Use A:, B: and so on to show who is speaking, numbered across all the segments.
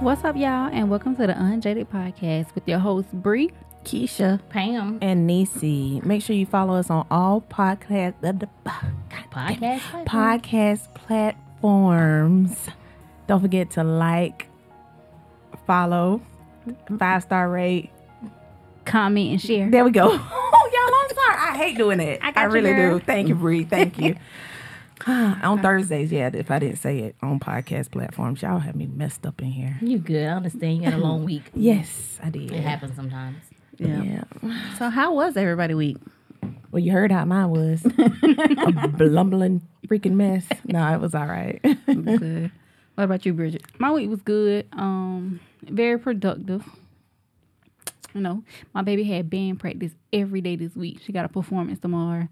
A: What's up, y'all, and welcome to the Unjaded Podcast with your host Bree,
B: Keisha
A: Pam,
B: and Nisi. Make sure you follow us on all podcast the, the- God damn it.
A: podcast. platform.
B: podcast platforms. Don't forget to like, follow,
A: Mm-hmm.
B: five star rate.
A: comment and share.
B: There we go. Oh, y'all, I'm sorry. I hate doing it.
A: I
B: I,
A: got you,
B: really
A: girl.
B: do. Thank you, Bree. Thank you. on Thursdays, yeah. If I didn't say it on podcast platforms, y'all have me messed up in
A: Mm-hmm.
B: here.
C: You good. I understand. You had a long week.
B: Yes, I did.
C: It happens sometimes.
B: Yeah.
A: So, how was everybody week?
B: Well, you heard how mine was. a blumbling freaking mess. No, it was all right.
A: good. What about you, Bridget? My week was good. Um, very productive. You know, my baby had band practice every day this week. She got a performance tomorrow,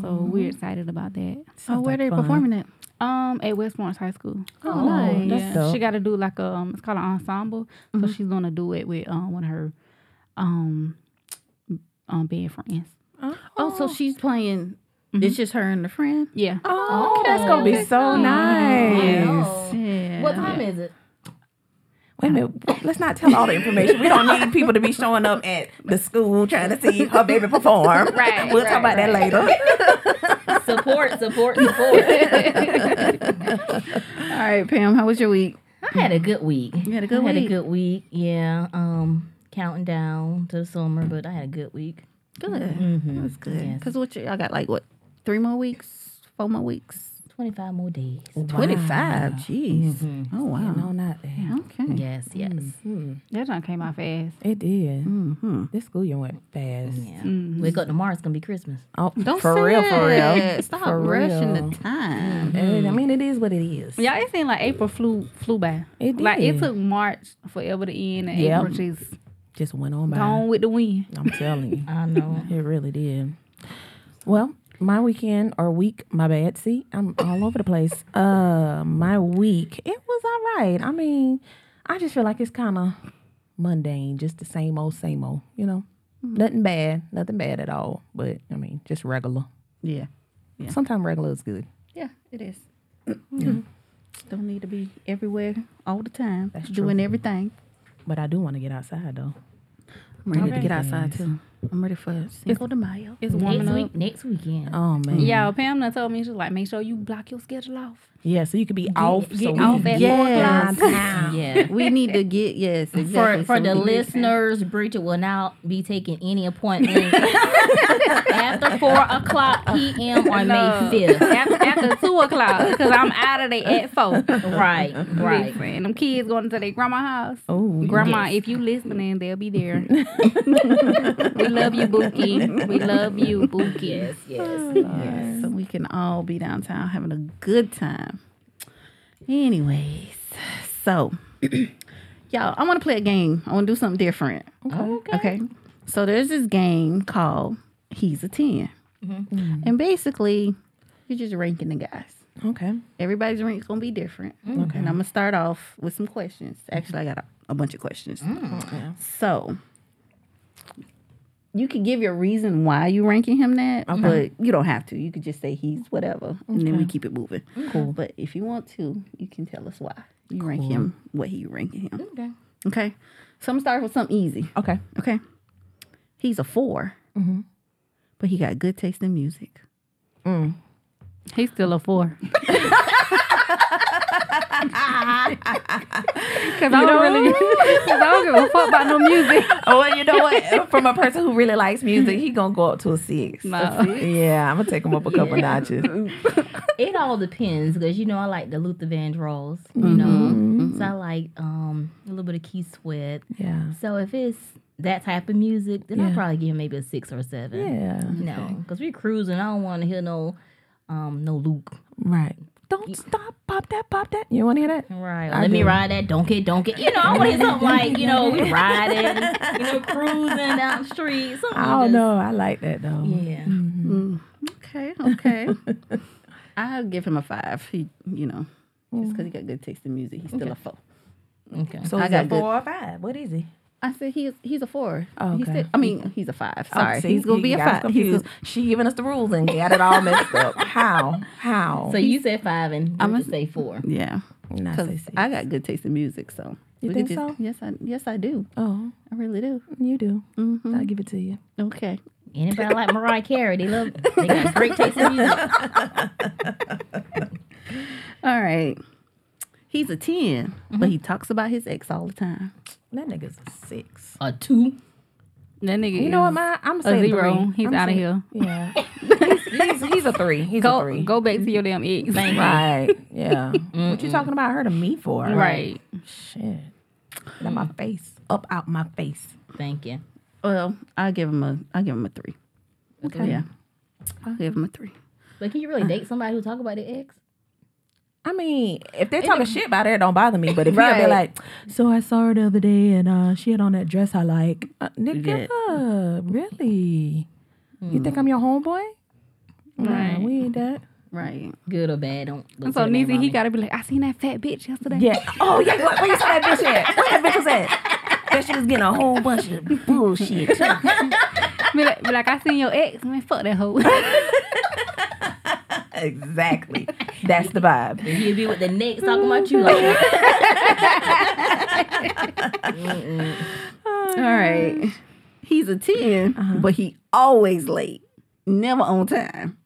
A: so we're excited about that.
B: Oh, where like they fun. performing
A: at? Um, at West Florence High School.
B: Oh, nice. that's dope.
A: She got to do like a um, it's called an ensemble. So she's gonna do it with um one of her um um band friends.
D: Oh, so she's playing.
B: Mm-hmm.
D: It's just her and the friend.
A: Yeah.
B: Oh, that's gonna be so nice.
A: Yeah.
C: What time is it?
B: Wait a minute. Let's not tell all the information. We don't need people to be showing up at the school trying to see her baby perform.
A: Right,
B: We'll talk about
A: right,
B: that later.
C: Support, support, support.
A: All right, Pam. How was your week?
C: I had a good week. You
D: had a good
C: I Had a
D: week?
C: good week. Yeah. Um, counting down to the summer, but I had a good week.
D: Good.
B: Mm-hmm.
D: That's good. Because what y'all got? Like what? Three more weeks? Four more weeks?
C: Twenty five more days.
D: Twenty five. Jeez.
B: Mm-hmm.
D: Oh wow.
B: No, not that.
D: Okay.
C: Yes. Yes.
A: That time came out fast.
B: It did. This school year went fast.
C: Yeah. Wake up tomorrow. It's gonna be Christmas.
B: Oh,
D: Don't
B: for
D: say
B: real, for real.
D: that. Stop
B: For
D: rushing
B: real. Mm.
D: the time.
B: And, I mean, it is what it is.
A: Yeah, it seemed like April flew flew by.
B: It
A: Like it
B: did.
A: took March forever to end, and
B: Yep.
A: April just
B: Just went on by.
A: gone with the wind.
B: I'm telling you.
C: I know.
B: It really did. Well, my weekend or week, my bad. See, I'm all over the place. Uh, my week, it was all right. I mean, I just feel like it's kind of mundane, just the same old, same old. You know,
A: Mm-hmm.
B: nothing bad, nothing bad at all. But I mean, just regular.
D: Yeah.
B: Sometimes regular is good.
D: Yeah. It is. Mm-hmm. Don't need to be everywhere all the time.
B: That's
D: doing everything.
B: But I do want to get outside though.
D: I'm ready to get outside too. I'm ready for Cinco de Mayo.
A: It's warming
C: Next
A: up.
C: week. Next weekend.
B: Oh man,
A: Yeah, Pam done told me she's like, make sure you block your schedule off.
B: yeah. So you could be off.
A: get
B: so
A: off at four
B: yeah,
A: o'clock.
C: Yeah.
D: we need to get yes
C: For,
D: exactly.
C: for
D: So
C: the
D: we need-
C: listeners, Bridget will not be taking any appointments after 4 o'clock p.m. on
A: No.
C: May 5th.
A: after, after two o'clock, because I'm out of there at four.
B: Uh-huh.
C: Right, right.
A: Listen, them kids going to their grandma house.
B: Oh,
A: Grandma, if you listening, they'll be there. we love you, Bookie. We love you, Bookie.
C: Yes, yes.
D: Yes, so we can all be downtown having a good time. Anyways, so y'all, I want to play a game. I want to do something different.
C: Okay.
D: Okay. So there's this game called He's a 10.
C: Mm-hmm.
D: And basically, you're just ranking the guys.
B: okay.
D: Everybody's rank's going to be different. And I'm going to start off with some questions. Actually, I got a, a bunch of questions. So you could give your reason why you ranking him that, but you don't have to. You could just say he's whatever, and then we keep it moving. Cool. But if you want to, you can tell us why you rank him what he ranking him.
C: Okay.
D: Okay. So I'm gonna start with something easy.
B: Okay.
D: Okay. He's a 4 but he got good taste in music.
A: He's still a four. Because I don't really, cause I don't give a fuck about no music.
B: Oh, well, you know what? From a person who really likes music, he gonna go up to a six.
A: No.
B: Yeah, I'm gonna take him up a couple notches.
C: It all depends because you know I like the Luther Vandross, you
B: Mm-hmm.
C: know. So I like um a little bit of Key Sweat.
B: Yeah.
C: So if it's that type of music, then I'll
B: Yeah.
C: probably give him maybe a six or a seven.
B: Yeah.
C: No, because we're cruising. I don't want to hear no um no Luke.
B: Right. Don't stop. Pop that. Pop that. You want to hear that?
D: Mm-hmm.
C: Right.
B: I
C: Let me
B: do.
C: ride that. Don't get, don't get. You know, I want to hear something like you know we riding, you know cruising down the street. Something
B: I
C: just-
B: don't know. Mm. I like that though.
C: Yeah.
D: Okay, okay. I'll give him a five. He, you know, just because he got good taste in music, he's still a four.
C: Okay.
B: So
D: I
B: is
D: got
B: it
D: good-
B: four or five? What is he?
D: I said he's he's a four.
B: Oh,
D: He's
B: okay.
D: still- I mean, he's a five.
B: Oh,
D: Sorry,
B: see,
D: he's gonna
B: you
D: be a
B: got us
D: five. He's
B: Confused.
D: gonna-
B: She giving us the rules and got it all messed up. How? How?
C: So you said five and I'm
D: I'ma-
C: gonna say four.
D: yeah.
B: Not
D: Because
B: sissy.
D: I got good taste in music, so
B: You
D: we could
B: think so?
D: Yes, I yes I do.
B: oh,
D: I really do.
B: you do.
D: Mm-hmm.
B: I'll give it to you.
D: Okay.
C: Anybody like Mariah Carey? They love. They got great taste in music.
D: All right. He's a 10 but he talks about his ex all the time.
B: That nigga's a six.
C: A two.
A: That nigga.
B: You
A: is
B: know what, my I'm saying
A: zero.
B: three.
A: He's
B: I'm
A: outta
B: saying-
A: here.
B: Yeah, he's, he's, he's a three. He's a
A: Go
B: three.
A: go back to your damn ex.
B: Right. Yeah. what you talking about her to me for?
A: Right.
B: Shit. Get out my face. Up out my face.
C: Thank you.
D: Well, I give him a I give him a three. Okay. Yeah.
B: Uh-huh.
D: I'll give him a three.
C: But can you really date somebody who talk about their ex?
B: I mean, if they're talking shit about her, it don't bother me. But if you'll be like, so I saw her the other day and uh, she had on that dress I like. Uh, nigga, really? You think I'm your homeboy? Nah, we ain't that.
D: Right.
C: Good or bad? Don't. don't
A: So
C: say the name
A: Neezy, he
C: wrong.
A: gotta be like, I seen that fat bitch yesterday.
B: Yeah. Oh, yeah. Where, where you saw that bitch at? Where that bitch was at? That shit was getting a whole bunch of bullshit.
A: Be like, be like, I seen your ex. Man, fuck that hoe.
B: exactly. That's the vibe.
C: And He'll be with the next talking about you. Like,
D: All right. He's a 10 but he always late. Never on time.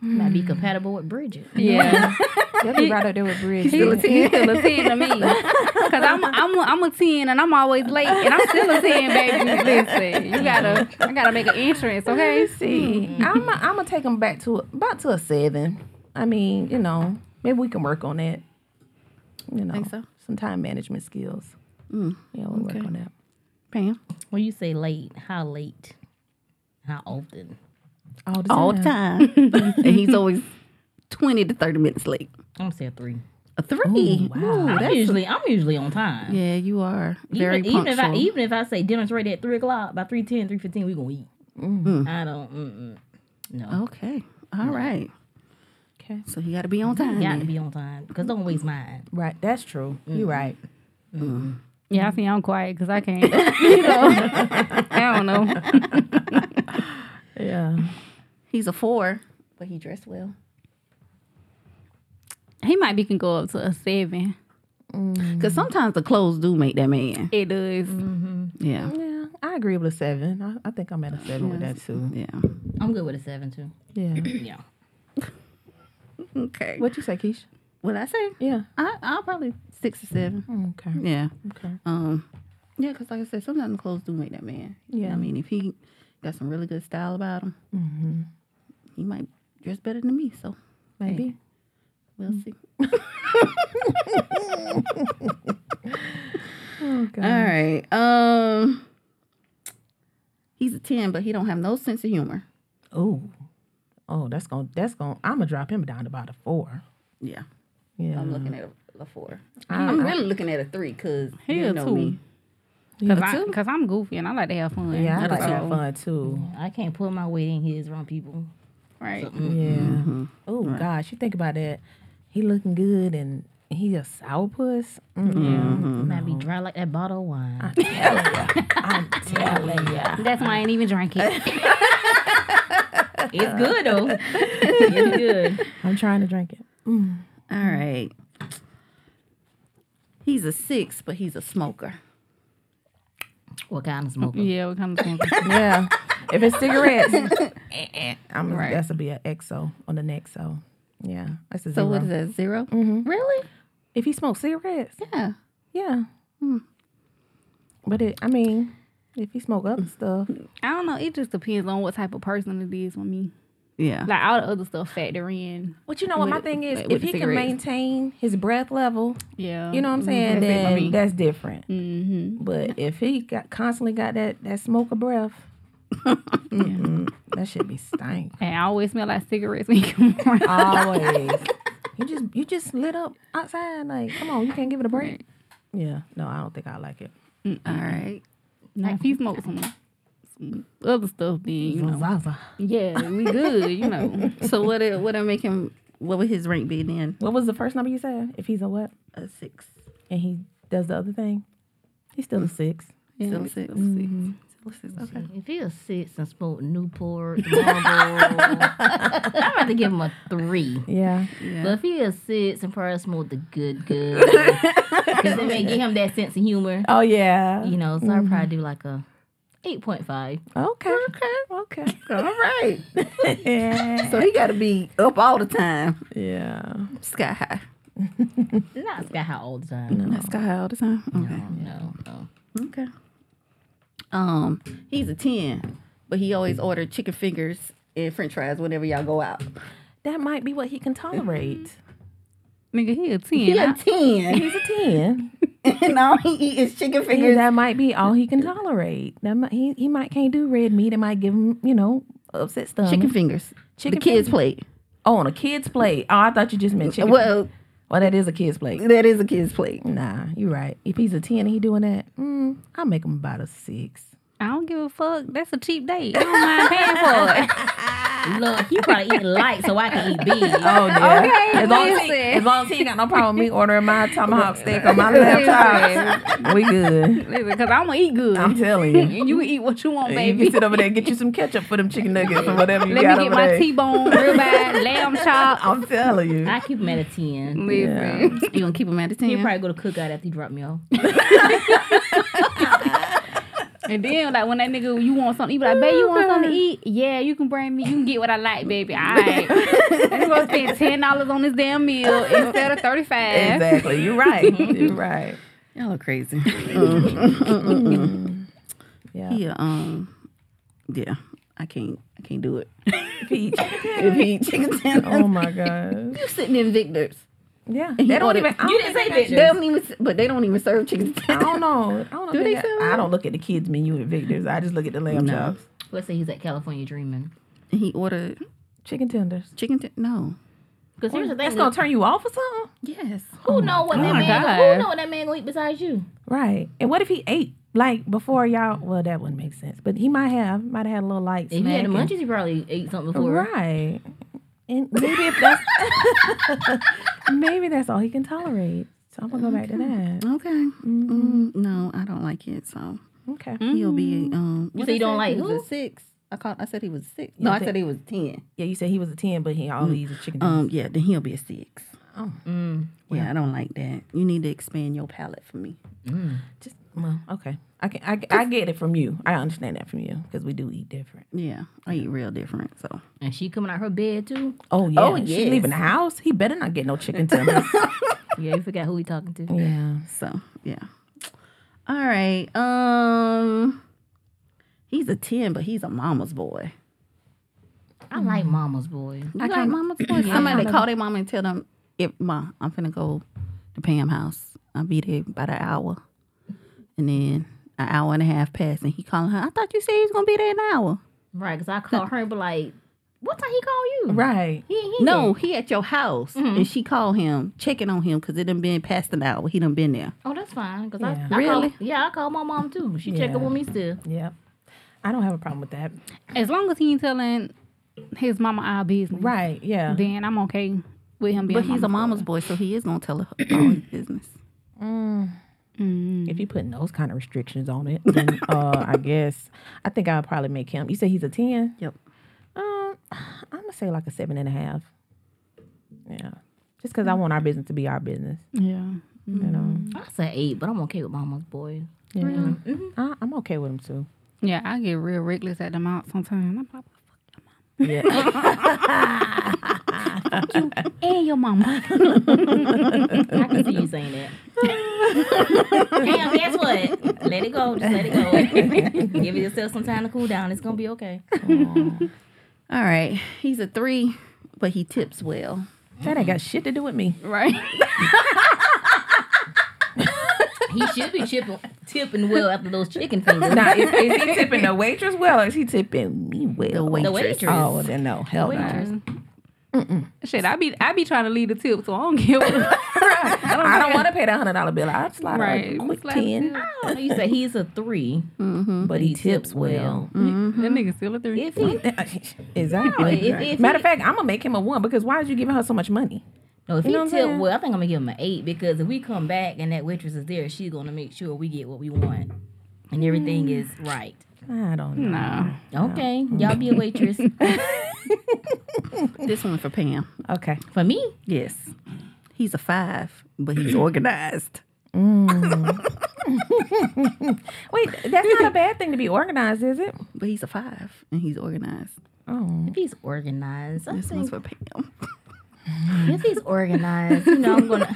C: might be compatible with Bridget.
A: yeah.
B: You'll be right up there with Bridge.
A: He- He's still a 10 to me. Because I'm, I'm, a, I'm a 10 and I'm always late and I'm still a 10, baby. Listen, you gotta, I gotta make an entrance, okay?
B: See, I'm I'm gonna take them back to about to a seven. I mean, you know, maybe we can work on that. You know,
D: Think so? Mm,
B: some time management skills. yeah, we'll work on that.
D: Pam.
C: When you say late, how late? How often?
B: All the
D: All the time. and he's always 20 to 30 minutes late.
C: I'm gonna say a three.
D: A three.
B: wow.
D: Ooh,
C: I'm
D: that's
C: usually I'm usually on time.
D: yeah, you are very
C: even, even
D: punctual.
C: if I even if I say dinner's ready at three o'clock, by 3.10, 3.15, we gonna eat.
D: Mm.
C: I don't. Mm-mm. No.
D: okay. all right.
B: Okay.
D: So you got to be on time.
C: Got to
D: then.
C: be on time because don't waste mine.
B: Right, that's true. You're right.
A: Yeah, I see I'm quiet because I can't. you know, I don't know.
B: Yeah.
D: He's a 4, but he dressed well.
A: He might be can go up to a 7.
C: Mm-hmm.
D: Because sometimes the clothes do make that man.
A: It does.
D: Yeah.
B: Yeah, I agree with a seven. I, I think I'm at a seven with that too.
D: Yeah.
C: I'm good with a seven too.
B: Yeah.
C: Yeah.
D: Okay. What
B: what you say, Keisha?
D: would I say?
B: Yeah.
D: I, I'll probably 6 or 7.
B: Okay.
D: Yeah.
B: Okay.
D: Um, yeah, because like I said, sometimes the clothes do make that man.
B: Yeah.
D: I mean, if he got some really good style about him, he might dress better than me. So
B: Maybe.
D: we'll see.
B: Okay.
D: All right. Um, he's a ten, but he don't have no sense of humor.
B: Oh. Oh, that's gonna that's gonna I'm gonna drop him down to about a four. Um,
D: Yeah,
B: Yeah.
D: I'm looking at a, a four.
B: I-
D: I'm really looking at a three because
A: He
D: you
A: a
D: know
A: two.
D: me.
A: Because because I'm goofy and I like to have fun.
B: yeah, I like to
A: So,
B: have fun too.
C: I can't put my weight in his around people.
A: Right.
B: Yeah. Oh gosh, you think about that. He looking good and he a sourpuss. Mm-hmm.
C: Might be dry like that bottle of wine.
B: I'm telling ya.
A: That's why I ain't even drink it.
C: It's good though. it's good.
B: I'm trying to drink it.
D: All right. He's a six, but he's a smoker.
C: What kind of smoker?
A: yeah, what kind of smoker?
B: Yeah. if it's cigarettes, I'm
A: Right.
B: that's gonna be an XO on the next so. Yeah. That's a
D: So
B: zero.
D: what is that 0 Really?
B: If he smokes cigarettes,
D: Yeah. Hmm.
B: yeah. But it I mean, if he smoke other stuff,
A: I don't know. It just depends on what type of person it is with me.
D: Yeah.
A: Like all the other stuff factor in.
B: But you know what my
D: With-
B: thing is,
D: with
B: if
D: the
B: he can
D: cigarettes.
B: maintain his breath level,
A: Yeah.
B: you know what I'm saying,
A: Mm-hmm. That's it for
B: then
A: me.
B: that's different.
A: Mm-hmm.
B: But if he got constantly got that that smoke of breath, mm-mm, that should be stank.
A: And I always smell like cigarettes when you come around.
B: Always. you just you just lit up outside. Like, come on, you can't give it a break. Yeah. No, I don't think I like it.
D: All right.
A: Now, if you smoke some, some other stuff, then you know,
B: Zaza.
A: yeah, we good. You know,
D: So what? It, what I make him? What would his rank be then?
B: What was the first number you said? If he's a what?
D: A six.
B: And he does the other thing? He's still a six.
D: Mm-hmm. Still a 6
B: Mhm.
D: What's this? Okay.
C: If he was six and smoked Newport, Marlboro, I'd rather give him a three.
B: Yeah.
C: But if he is six and probably smoked the good good, because it may give him that sense of humor,
B: Oh yeah.
C: you know. So I'd probably do like a eight point five.
B: Okay. Okay. Okay.
D: All right.
B: yeah.
D: So he got to be up all the time.
B: Yeah.
D: Sky high.
C: Not sky high all the time. No,
D: Not sky high all the time. Okay.
C: no, no.
D: Okay. Um, he's a ten, but he always ordered chicken fingers and French fries whenever y'all go out.
B: That might be what he can tolerate.
A: Nigga, he a ten.
D: He
A: I-
D: a ten,
B: He's a ten.
D: and all he eat is chicken
B: Yeah,
D: fingers.
B: that might be all he can tolerate. That might, he he might can't do red meat. It might give him you know upset stomach.
D: Chicken fingers.
B: Chicken
D: the kids'
B: fingers.
D: plate.
B: Oh, on a kid's plate. Oh, I thought you just meant chicken. Well,
D: Well,
B: well that is a kid's plate.
D: that is a kid's plate.
B: Nah, you're right. If he's a ten, and he doing that. Mm, I'll make him about a six.
A: I don't give a fuck. That's a cheap date. I don't mind paying for it.
C: Look, he probably eating light, so I can eat big.
B: Oh yeah.
A: Okay,
B: as, long as, he,
A: listen.
B: as long as he ain't got no problem with me ordering my tomahawk steak on my laptop, we good.
A: Listen, because I'm gonna eat good.
B: I'm telling you.
A: and you can eat what you want,
B: Hey, you
A: baby.
B: can sit over there and get you some ketchup for them chicken nuggets or whatever you
A: Let
B: got
A: me get
B: over
A: my
B: there.
A: T-bone, ribeye, lamb chop.
B: I'm telling you.
C: I keep him at a ten.
A: Listen.
D: You gonna keep him at the
C: He'll
D: ten?
C: probably go to cookout after he drop me off.
A: And then like when that nigga you want something, you be like, babe, you want something to eat? Yeah, you can bring me. You can get what I like, baby. All right. and you gonna spend ten dollars on this damn meal instead of thirty five.
B: Exactly. You're right. You're right.
D: Y'all are crazy.
B: Yeah.
D: yeah. Um. Yeah. I can't. I can't do it.
B: Peach.
D: if he eat chicken tenders,
B: Oh my god.
D: you sitting in Victor's.
B: Yeah.
D: He
B: They don't
D: ordered-
B: even. I
C: You
B: don't
C: didn't
B: think
C: say
B: they got-
C: Victor's.
D: They don't even. But they don't even serve chicken
B: I
D: tenders.
B: don't know. I don't know.
D: Do
B: if
D: they
B: got-
D: sell
B: I don't look at the kids menu at Victor's. I just look at the lamb
D: No.
B: chops,
C: Let's say he's at California Dreaming.
D: He ordered
B: chicken tenders.
D: chicken. T- no.
C: Because here's the
B: That's
C: thing:
B: gonna turn you off or something,
D: Yes.
C: who know what that
A: my
C: man?
A: God.
C: Who know what that man gonna eat besides you?
B: right? And what if he ate like before y'all? Well, that wouldn't make sense. But he might have, might have had a little light.
C: If he had the
B: snack and-
C: munchies, he probably ate something before.
B: Right. And maybe if that's maybe that's all he can tolerate. So I'm gonna go back to that.
D: Okay. Mm, no, I don't like it. So
B: Okay.
D: he'll be. Um.
C: You
D: what
C: say
D: I
C: you don't like
D: He was
C: who?
D: a six. I called. I said he was a six. No,
B: You
D: I
B: think-
D: said he was ten.
B: Yeah, you said he was a ten, but he always eats a chicken.
D: Um. Yeah. Then he'll be a six.
B: oh,
C: Mm.
D: Yeah. I don't like that. You need to expand your palate for me.
B: just well, okay. I can I, I get it from you. I understand that from you because we do eat different.
D: Yeah. I eat real different. So.
C: And she coming out her bed too.
B: Oh yeah,
D: Oh,
B: she's
D: yes.
B: leaving the house. He better not get no chicken tenders.
C: Yeah, you forgot who he talking to.
B: yeah.
D: So yeah. All right. Um. He's a ten, but he's a mama's boy.
C: I like mama's boy.
D: I like mama's boy. Somebody call their mama and tell them, "If ma, I'm finna go to Pam house. I'll be there about an hour, and then an hour and a half passed, and he calling her. I thought you said he was gonna be there in an hour.
C: Right, because I call her and be like, what time he call you?
B: Right.
C: He ain't here.
D: No, he Mm-hmm. at your house, and she called him, checking on him because it done been past an hour. He done been there.
C: Oh, that's fine. Cause
B: Yeah.
C: I, I
D: Really?
C: Call, yeah, I call my mom too. She
B: Yeah.
C: checking with me still.
B: Yep. I don't have a problem with that.
A: As long as he ain't telling his mama our business,
B: Right. Yeah.
A: then I'm okay with him being.
D: But he's a mama's boy, so he is gonna tell her all his business.
B: Mm.
A: Mm-hmm.
B: If you putting those kind of restrictions on it, then uh, I guess I think I'll probably make him. You say he's a ten.
D: Yep.
B: Um, I'm gonna say like a seven and a half. Yeah, just because I want our business to be our business.
A: Yeah.
B: You know,
C: I said eight, but I'm okay with mama's boy.
B: yeah.
D: Mm-hmm.
B: I, I'm okay with him too.
A: Yeah, I get real reckless at the mouth sometimes. I'm like,
B: Yeah,
A: and your mama.
C: I can see you saying that. Damn, guess what? Let it go. Just let it go. Give yourself some time to cool down. It's gonna be okay.
D: All right, he's a three, but he tips well.
B: that ain't got shit to do with me.
A: Right.
C: He should be chipping, tipping well after those chicken fingers.
B: Now, is, is he tipping the waitress well, or is he tipping me well?
D: The
C: the
D: waitress.
C: waitress.
B: Oh, then no, hell no.
A: Mm-hmm. Shit, I be I be trying to lead the tip, so I don't give a
B: I don't want to pay that hundred dollar bill. I'd slide
A: right.
B: a quick
A: Slap
B: ten,
A: tip.
C: I don't know. You said he's a three.
B: but he tips well.
A: That nigga still a three.
C: If he
B: exactly.
C: No, if- if
B: Matter of
C: he-
B: fact, I'm gonna make him a one because why is you giving her so much money?
C: No, if
B: You know what
C: he
B: I'm
C: tip
B: saying?
C: well, I think I'm gonna give him an eight because if we come
B: Mm.
C: back and that waitress is there, she's gonna make sure we get what we want and everything is right.
B: I don't know.
A: No.
C: Okay,
B: Mm.
C: y'all be a waitress.
D: This one for Pam.
B: Okay.
C: For me,
D: Yes. He's a five, but he's organized.
B: Wait, that's not a bad thing to be organized, is it?
D: But he's a five and he's organized.
B: Oh.
C: if he's organized, I
D: This
C: think
D: one's for Pam.
C: if he's organized, you know, I'm gonna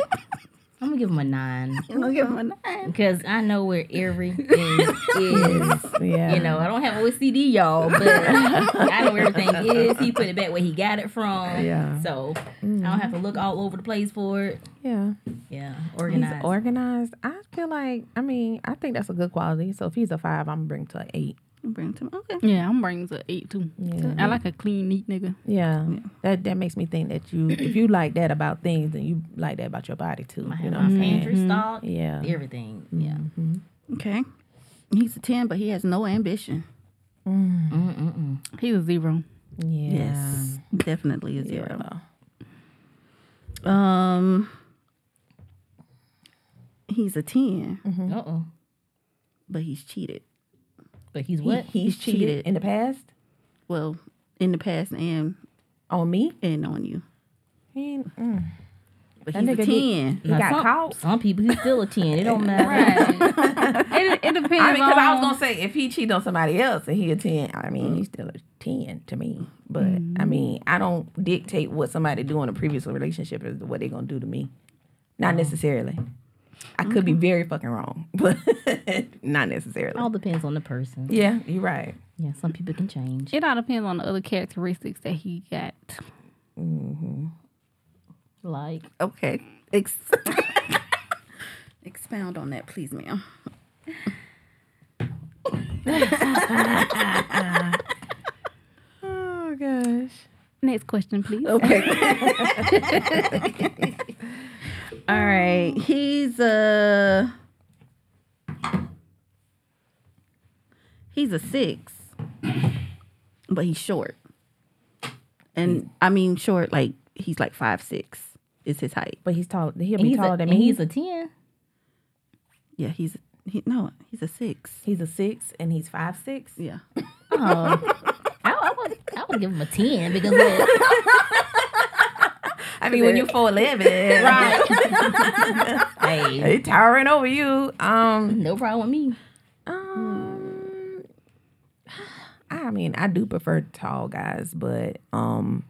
C: I'm gonna give him a nine
D: I'm gonna give him a nine.
C: because I know where everything is.
B: Yeah.
C: You know, I don't have OCD, y'all, but I know where everything is. He put it back where he got it from.
B: Yeah.
C: So I don't have to look all over the place for it.
B: Yeah.
C: Yeah,
B: He's
C: organized.
B: organized. I feel like, I mean, I think that's a good quality. So if he's a five, I'm going to bring to an eight.
D: Bring him. Okay.
A: Yeah, I'm bringing to eight too.
B: Yeah.
A: I like a clean, neat nigga.
B: Yeah. That that makes me think that you, if you like that about things, then you like that about your body too.
C: I have
B: You know what
C: my
B: I'm saying?
C: pantry stocked,
B: Mm-hmm. Yeah.
C: everything. Yeah.
D: Okay. He's a ten, but he has no ambition.
B: Mm-hmm.
C: Mm-mm-mm.
A: He's a zero.
B: Yeah.
D: Yes. Definitely a zero.
B: Yeah.
D: Um he's a 10
B: Mm-hmm.
C: Uh oh.
D: but he's cheated.
C: But he's what?
B: He, he's
D: He's
B: cheated,
D: cheated.
B: in the past
D: Well, in the past and
B: on me.
D: and on you.
B: He, ain't- mm.
D: But
B: That
D: he's a
B: nigga
D: ten.
B: get- he
C: Now,
B: got
C: some,
B: caught.
C: Some people he's still a ten. It don't matter.
A: It, it depends.
B: I mean, because I was
A: on-
B: gonna say if he cheated on somebody else and he a ten, I mean he's still a ten to me. But I mean, I don't dictate what somebody do in a previous relationship is what they're gonna do to me. Not necessarily. I could be very fucking wrong, but not necessarily.
C: all depends on the person.
B: Yeah, you're right.
C: Yeah, some people can change.
A: It all depends on the other characteristics that he got.
C: Like
D: Okay. Ex- Expound on that, please, ma'am.
B: Oh gosh.
A: Next question, please.
B: Oh.
D: Okay. All right. He's a he's a six, but he's short. And I mean short, like he's like five six is his height.
B: But he's tall. He'll
C: and
B: be
C: he's
B: taller
C: a,
B: than
C: and
B: me.
C: he's a ten.
D: Yeah, he's he, no, he's a six.
B: he's a six and he's five six.
D: Yeah.
C: Oh,
B: Uh-huh.
C: I, I would I would give him a ten because look,
B: I mean, when you're four eleven,
C: hey,
B: they towering over you. Um,
C: no problem with me.
B: Hmm. Um, I mean, I do prefer tall guys, but um,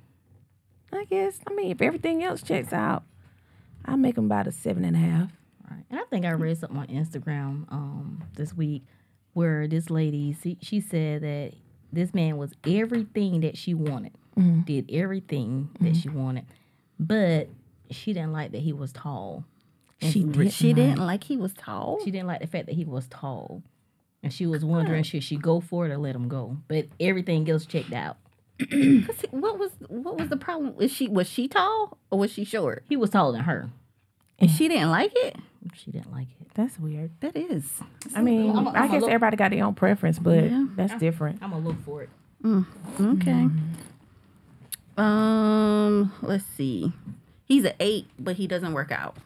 B: I guess I mean if everything else checks out, I make them about a seven and a half.
C: Right. And I think I read something on Instagram um, this week where this lady she, she said that this man was everything that she wanted, did everything that she wanted, but she didn't like that he was tall. And
D: She did, she didn't like he was tall.
C: She didn't like the fact that he was tall, and she was wondering should she go for it or let him go. But everything else checked out.
D: Let's see, What was what was the problem? Is she was she tall or was she short?
C: He was taller than her.
D: And she didn't like it.
C: She didn't like it.
B: That's weird.
D: That is.
B: I mean,
C: I'm
B: i
C: a- I'm a
B: guess
C: look-
B: everybody got their own preference, but
D: Yeah.
B: that's different.
C: I'm gonna look for it.
D: Okay. Um, let's see. He's an eight, but he doesn't work out.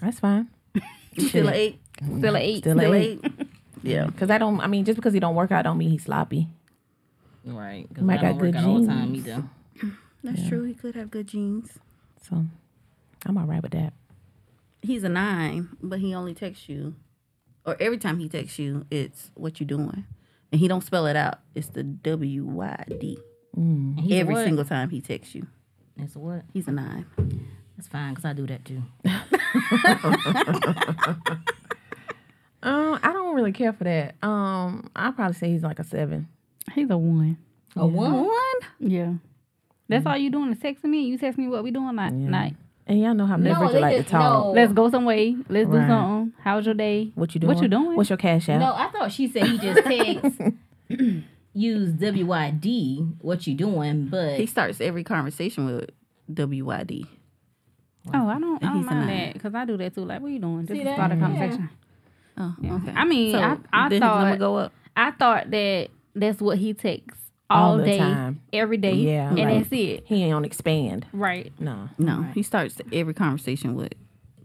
B: That's fine.
D: You still an eight?
A: Still an eight.
B: Still
D: Still
B: eight.
D: eight? yeah.
B: Because I don't. I mean, just because he don't work out, don't mean he's sloppy.
C: Right. Because I
B: Might got
C: don't work
B: good
C: out all the time
B: genes.
C: either.
D: That's true. He could have good genes.
B: So I'm all right with that.
D: He's a nine, but he only texts you. Or every time he texts you, it's what you doing. And he don't spell it out. It's the W Y D.
C: And he's a
D: Every
C: what?
D: single time he texts you.
C: It's a what?
D: He's a nine.
C: That's fine because I do that too.
B: Um, I don't really care for that. Um, I probably say he's like a seven.
A: He's a one.
C: A one?
A: Yeah. That's
B: Mm.
A: all you doing is texting me. You text me what we doing like night.
B: And y'all know how much
C: No,
B: Bridget
C: they
B: like to
C: just-
B: talk.
C: no.
A: Let's go somewhere. Let's
B: Right.
A: do something. How's your day?
B: What you doing?
A: What you doing?
B: What's your cash out?
C: No, I thought she said he just texts, use WYD, what you doing, but
D: He starts every conversation with W Y D.
A: oh, I don't. I don't
D: He's a
A: mind
D: nine.
A: that because I do that too. Like, what you doing? Just
C: See
A: to
C: that?
A: start a
C: Yeah.
A: conversation.
D: Oh, okay.
A: I mean,
D: So,
A: I,
D: then
A: I
D: his number
A: thought
D: go up.
A: I thought that that's what he texts
B: All
A: all,
B: the
A: day,
B: time.
A: every day.
B: Yeah,
A: and
B: right.
A: that's it.
B: He ain't on expand.
A: Right.
B: No,
D: No, he starts every conversation with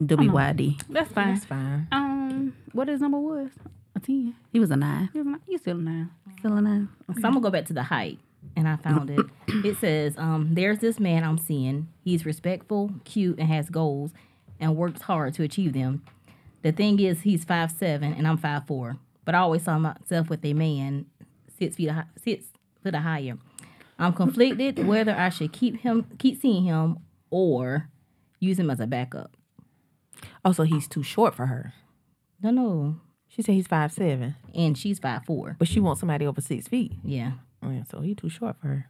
D: WYD.
A: That's fine.
B: it's fine.
A: Um, what his number was? A ten.
D: He was a nine.
A: He was like, you still a nine.
D: Still a nine.
C: So I'm gonna go back to the height, and I found it. It says, um, "There's this man I'm seeing. He's respectful, cute, and has goals, and works hard to achieve them. The thing is, he's five seven, and I'm five four. But I always saw myself with a man six feet hi- six foot or higher. I'm conflicted whether I should keep him, keep seeing him, or use him as a backup.
B: Oh, so he's too short for her.
C: No, no.
B: She said he's five seven,
C: And she's five four.
B: but she wants somebody over six feet.
C: Yeah.
B: Oh, yeah, so he too short for her.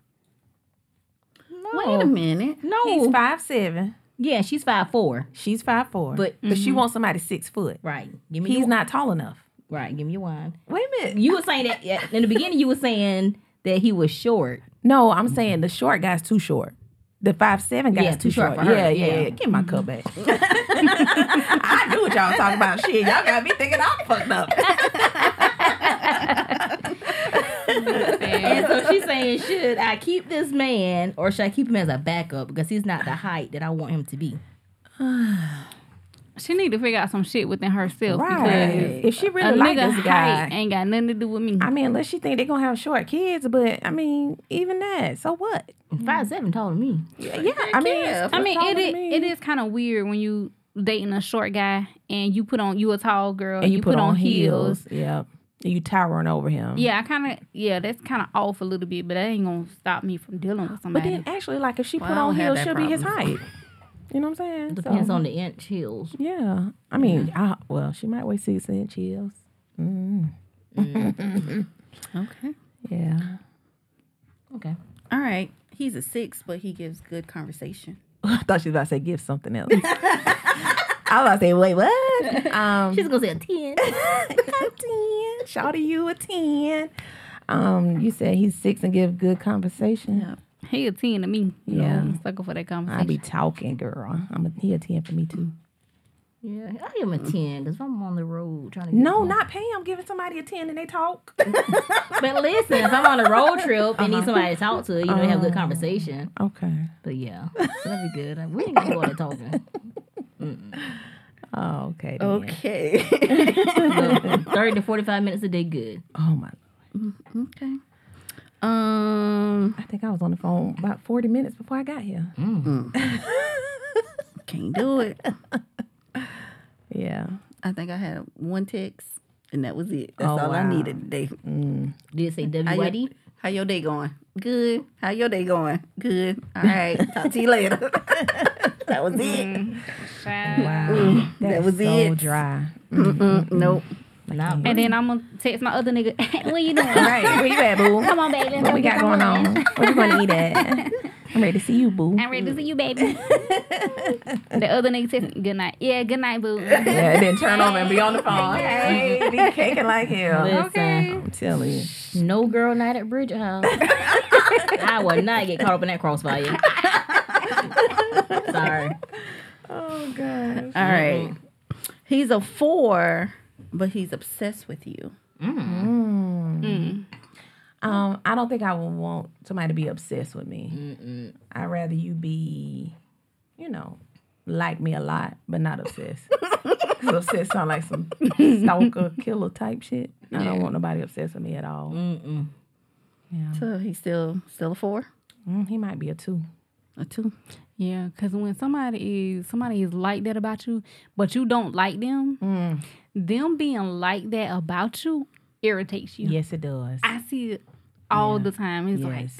D: Wait a minute.
C: No.
B: He's five seven.
C: yeah, she's five four.
B: She's five four.
C: But-
B: but
A: Mm-hmm.
B: she wants somebody six foot.
C: Right. Give me.
B: He's
C: your,
B: not tall enough.
C: Right. Give me your wine.
B: Wait a minute.
C: You were saying that yeah, in the beginning. You were saying that he was short.
B: No, I'm saying the short guy's too short. The five seven guy's
C: Yeah,
B: too,
C: too
B: short.
C: short for her.
B: Yeah, yeah,
C: Yeah.
B: yeah. Get my cup back. I knew what y'all was talking about. Shit, y'all got me thinking I'm fucked up.
C: And so she's saying, should I keep this man or should I keep him as a backup because he's not the height that I want him to be?
A: She need to figure out some shit within herself
B: Right. If she
A: because
B: really
A: a
B: like
A: nigga
B: this guy,
A: height ain't got nothing to do with me.
B: I mean, unless she think they're gonna have short kids, but I mean, even that. So what?
C: Five seven taller than me.
B: Yeah, yeah, I mean, it's-
A: I mean,
B: taller
A: it
B: than
A: is,
B: me.
A: it is kind of weird when you dating a short guy and you put on you a tall girl
B: and you, put, on heels. Yep. And you towering over him.
A: Yeah, I kind of yeah, that's kind of off a little bit, but that ain't gonna stop me from dealing with
B: But
A: somebody.
B: then actually, like if she
D: Well,
B: put
D: I
B: on
D: don't have
B: heels, she'll
D: that
B: be his height.
D: problem.
B: You know what I'm saying?
C: Depends
B: So,
C: on the inch heels.
B: Yeah. I mean, I, well, she might weigh six inch heels.
D: Okay.
B: Yeah.
C: Okay.
D: All right. He's a six, but he gives good conversation.
B: I thought she was about to say give something else. I was about to say, wait, what? Um,
C: She's gonna say a ten.
B: a ten. Shout to you a ten. Um, you said he's six and give good conversation.
D: Yeah.
A: he a ten to me. You
B: Yeah.
A: know, I'm a sucker for that
B: I
A: conversation.
B: be talking, girl. I'm a, he a ten for me too.
C: yeah, I give him a ten because I'm on the road trying to. Get
D: Mm-hmm.
B: No,
C: home.
B: not Pam giving somebody a ten and they talk.
C: But listen, if I'm on a road trip and need somebody to talk to, you know, have a good conversation.
B: okay.
C: But yeah, that'd be good. We ain't gonna go to talking.
B: Oh, okay. then.
D: Okay.
C: But Thirty to forty-five minutes a day, good.
B: Oh my.
D: okay. Um,
B: I think I was on the phone about forty minutes before I got here.
D: can't do it. Mm-hmm.
B: Yeah.
D: I think I had one text, and that was it. That's
B: Oh,
D: all I
B: wow. Mm-hmm.
D: needed today.
C: Did say
D: How your-
C: WYD?
D: How your day going? Good. How your day going? Good. All right. Talk to you later. that was
B: Mm-hmm.
D: it.
A: Child.
B: Wow.
D: That
B: is
D: was
B: so
D: it.
B: dry.
D: Mm-mm, nope.
C: Not
A: And then I'm gonna text my other nigga. what you doing?
B: right. Where you at, boo?
A: Come on, baby.
B: What we got going on? What we gonna eat at? I'm ready to see you, boo.
A: I'm ready to see you, baby. the other nigga text me, good night. Yeah, good night, boo.
B: Yeah, and then turn over and be on the phone. Hey, be caking like hell.
C: listen.
A: Okay.
B: I'm telling you.
C: No girl night at Bridget House. I will not get caught up in that crossfire. Sorry.
B: Oh gosh.
D: All right.
B: Mm-hmm.
D: He's a four, but he's obsessed with you.
B: Um, I don't think I would want somebody to be obsessed with me. I'd rather you be, you know, like me a lot, but not obsessed. 'Cause obsessed sound like some stalker killer type shit. I don't want nobody obsessed with me at all.
C: Mm-mm.
B: Yeah.
D: So he's still still a four,
B: Mm, he might be a Uh, two.
D: a two.
A: Yeah, because when somebody is somebody is like that about you, but you don't like them,
B: Mm.
A: them being like that about you irritates you.
B: Yes, it does.
A: I see it all the time. It's like
B: yes.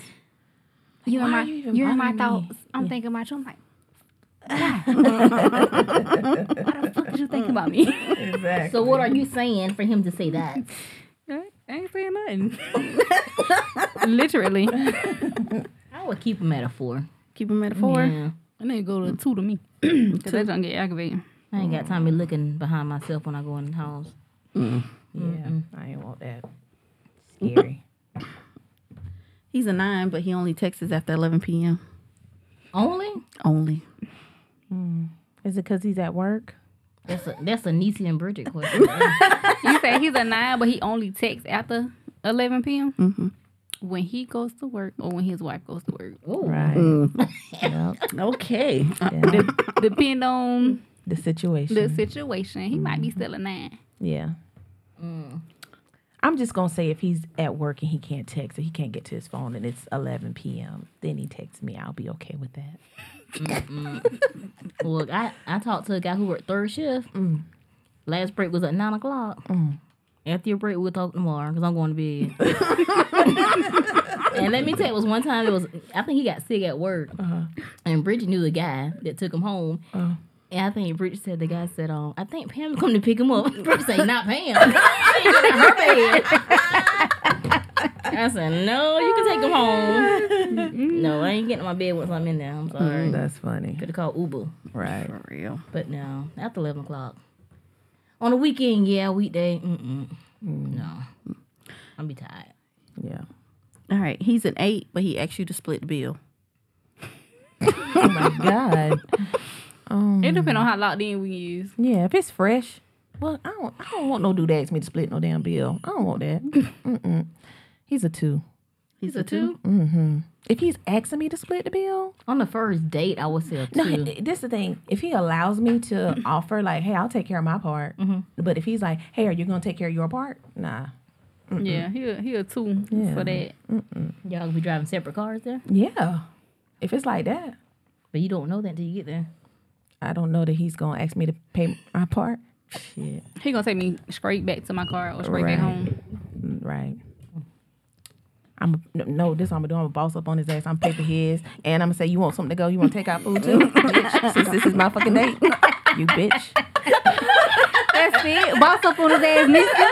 A: you know
B: Why
A: my
B: are you even
A: you are in my
B: bothering me?
A: thoughts. I'm thinking about you. I'm like, why? why the fuck did you think about me?
B: exactly.
C: So what are you saying for him to say that?
A: I ain't saying nothing. Literally,
C: I would keep him at a four.
D: Keep him at a four.
C: Yeah.
A: I need to go to a two to me because that's gonna get aggravating.
C: I ain't got time to be looking behind myself when I go in the house.
B: Yeah, I ain't want that. Scary.
D: He's a nine, but he only texts after 11 p.m.
C: Only?
D: Only.
B: Is it because he's at work?
C: That's a that's a Niecy and Bridget question.
A: you say he's a nine, but he only texts after 11 p.m.
B: Mm-hmm.
A: When he goes to work or when his wife goes to work,
C: Ooh.
B: Right. Yep,
D: Okay.
B: yeah.
A: depend on
B: the situation.
A: the situation, he might be still a nine.
B: yeah. I'm just gonna say if he's at work and he can't text or he can't get to his phone and it's 11 p.m., then he texts me. I'll be okay with that.
C: Look, I, I talked to a guy who worked third shift. Last break was at nine o'clock. After your break, we'll talk tomorrow because I'm going to bed. and let me tell you, it was one time it was I think he got sick at work, and Bridget knew the guy that took him home. And I think Bridget said the guy said, "Um, I think Pam's coming to pick him up." Bridget said, "Not Pam." She was in her bed. I said, "No, you can take him home." no, I ain't getting in my bed once I'm in there. I'm sorry.
B: That's funny,
C: Could have called Uber.
B: right?
D: For real.
C: But no, after eleven o'clock. On a weekend, yeah, weekday. Mm-mm. No, I'll be tired.
B: Yeah.
D: All right. He's an eight, but he asked you to split the bill.
B: God.
A: It
B: Mm-hmm.
A: depends on how locked in we is.
B: Yeah, if it's fresh. Well, I don't. I don't want no dude to ask me to split no damn bill. I don't want that. Mm-mm. He's a two.
D: He's,
B: If he's asking me to split the bill,
C: On the first date, I would say a
B: no.
C: two.
B: This the thing. If he allows me to offer, like, hey, I'll take care of my part. But if he's like, hey, are you gonna take care of your part? Nah.
A: Yeah, he a, he a two for that.
C: Y'all be driving separate cars there,
B: Yeah. If it's like that,
C: but you don't know that till you get there.
B: I don't know that he's gonna ask me to pay my part. Shit.
A: He gonna take me straight back to my car or straight
B: Right.
A: back home.
B: Right. I'm no, no, this I'm gonna do. I'm gonna boss up on his ass. I'm gonna pay for his, and I'm gonna say, "You want something to go? You want to take out food too? Bitch, Since this is my fucking date, you bitch."
A: That's it. Boss up on his ass, nigga.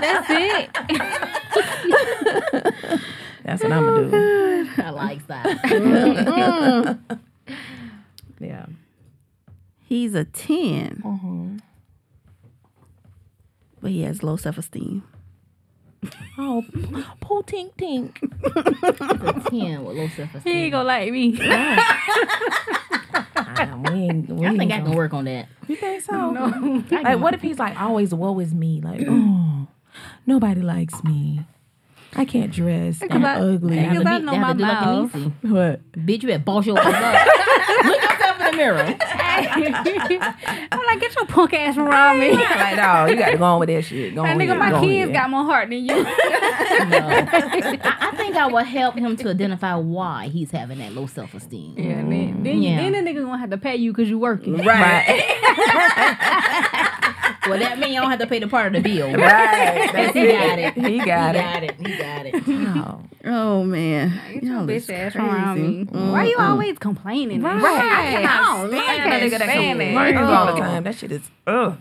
A: That's it.
B: That's what I'm gonna do.
C: I like that.
B: Yeah.
D: He's a 10, but he has low self esteem.
B: Oh, poor tink tink.
C: It's a ten with low self
A: He
C: esteem.
A: ain't gonna like me.
B: Ah, we ain't, we
C: I
B: ain't
C: think I
B: gonna-
C: can work on that.
B: You think so? No. Like, what if he's like, always woe is me? Like, oh, nobody likes me. I can't dress. I'm
A: I-
B: ugly.
A: because
B: I'm
A: I
C: They
A: know
C: have
A: my
C: to do like an
A: mouth.
C: easy.
B: what?
C: Bitch, you better boss your ass up. Look yourself in the mirror.
A: I'm like, get your punk ass from around me.
B: Like, no, you gotta go on with that shit. Go
A: That
B: on
A: nigga,
B: here.
A: my
B: Go on
A: kids
B: here.
A: got more heart than you.
C: I, I think I would help him to identify why he's having that low self esteem.
A: Yeah, then then,
C: Yeah.
A: You, then the nigga gonna have to pay you because you working.
B: Mm, right.
C: Well, that means I don't have to pay the part of the bill.
B: Right. That's
C: He got it.
B: He got it.
C: Got it. He got it.
B: Wow.
D: Oh, man. Y'all is
A: Bitch ass from around
D: crazy.
A: me. Why you always complaining? Right. I cannot stand that nigga that complaining.
B: Learns all the time. That shit is ugh,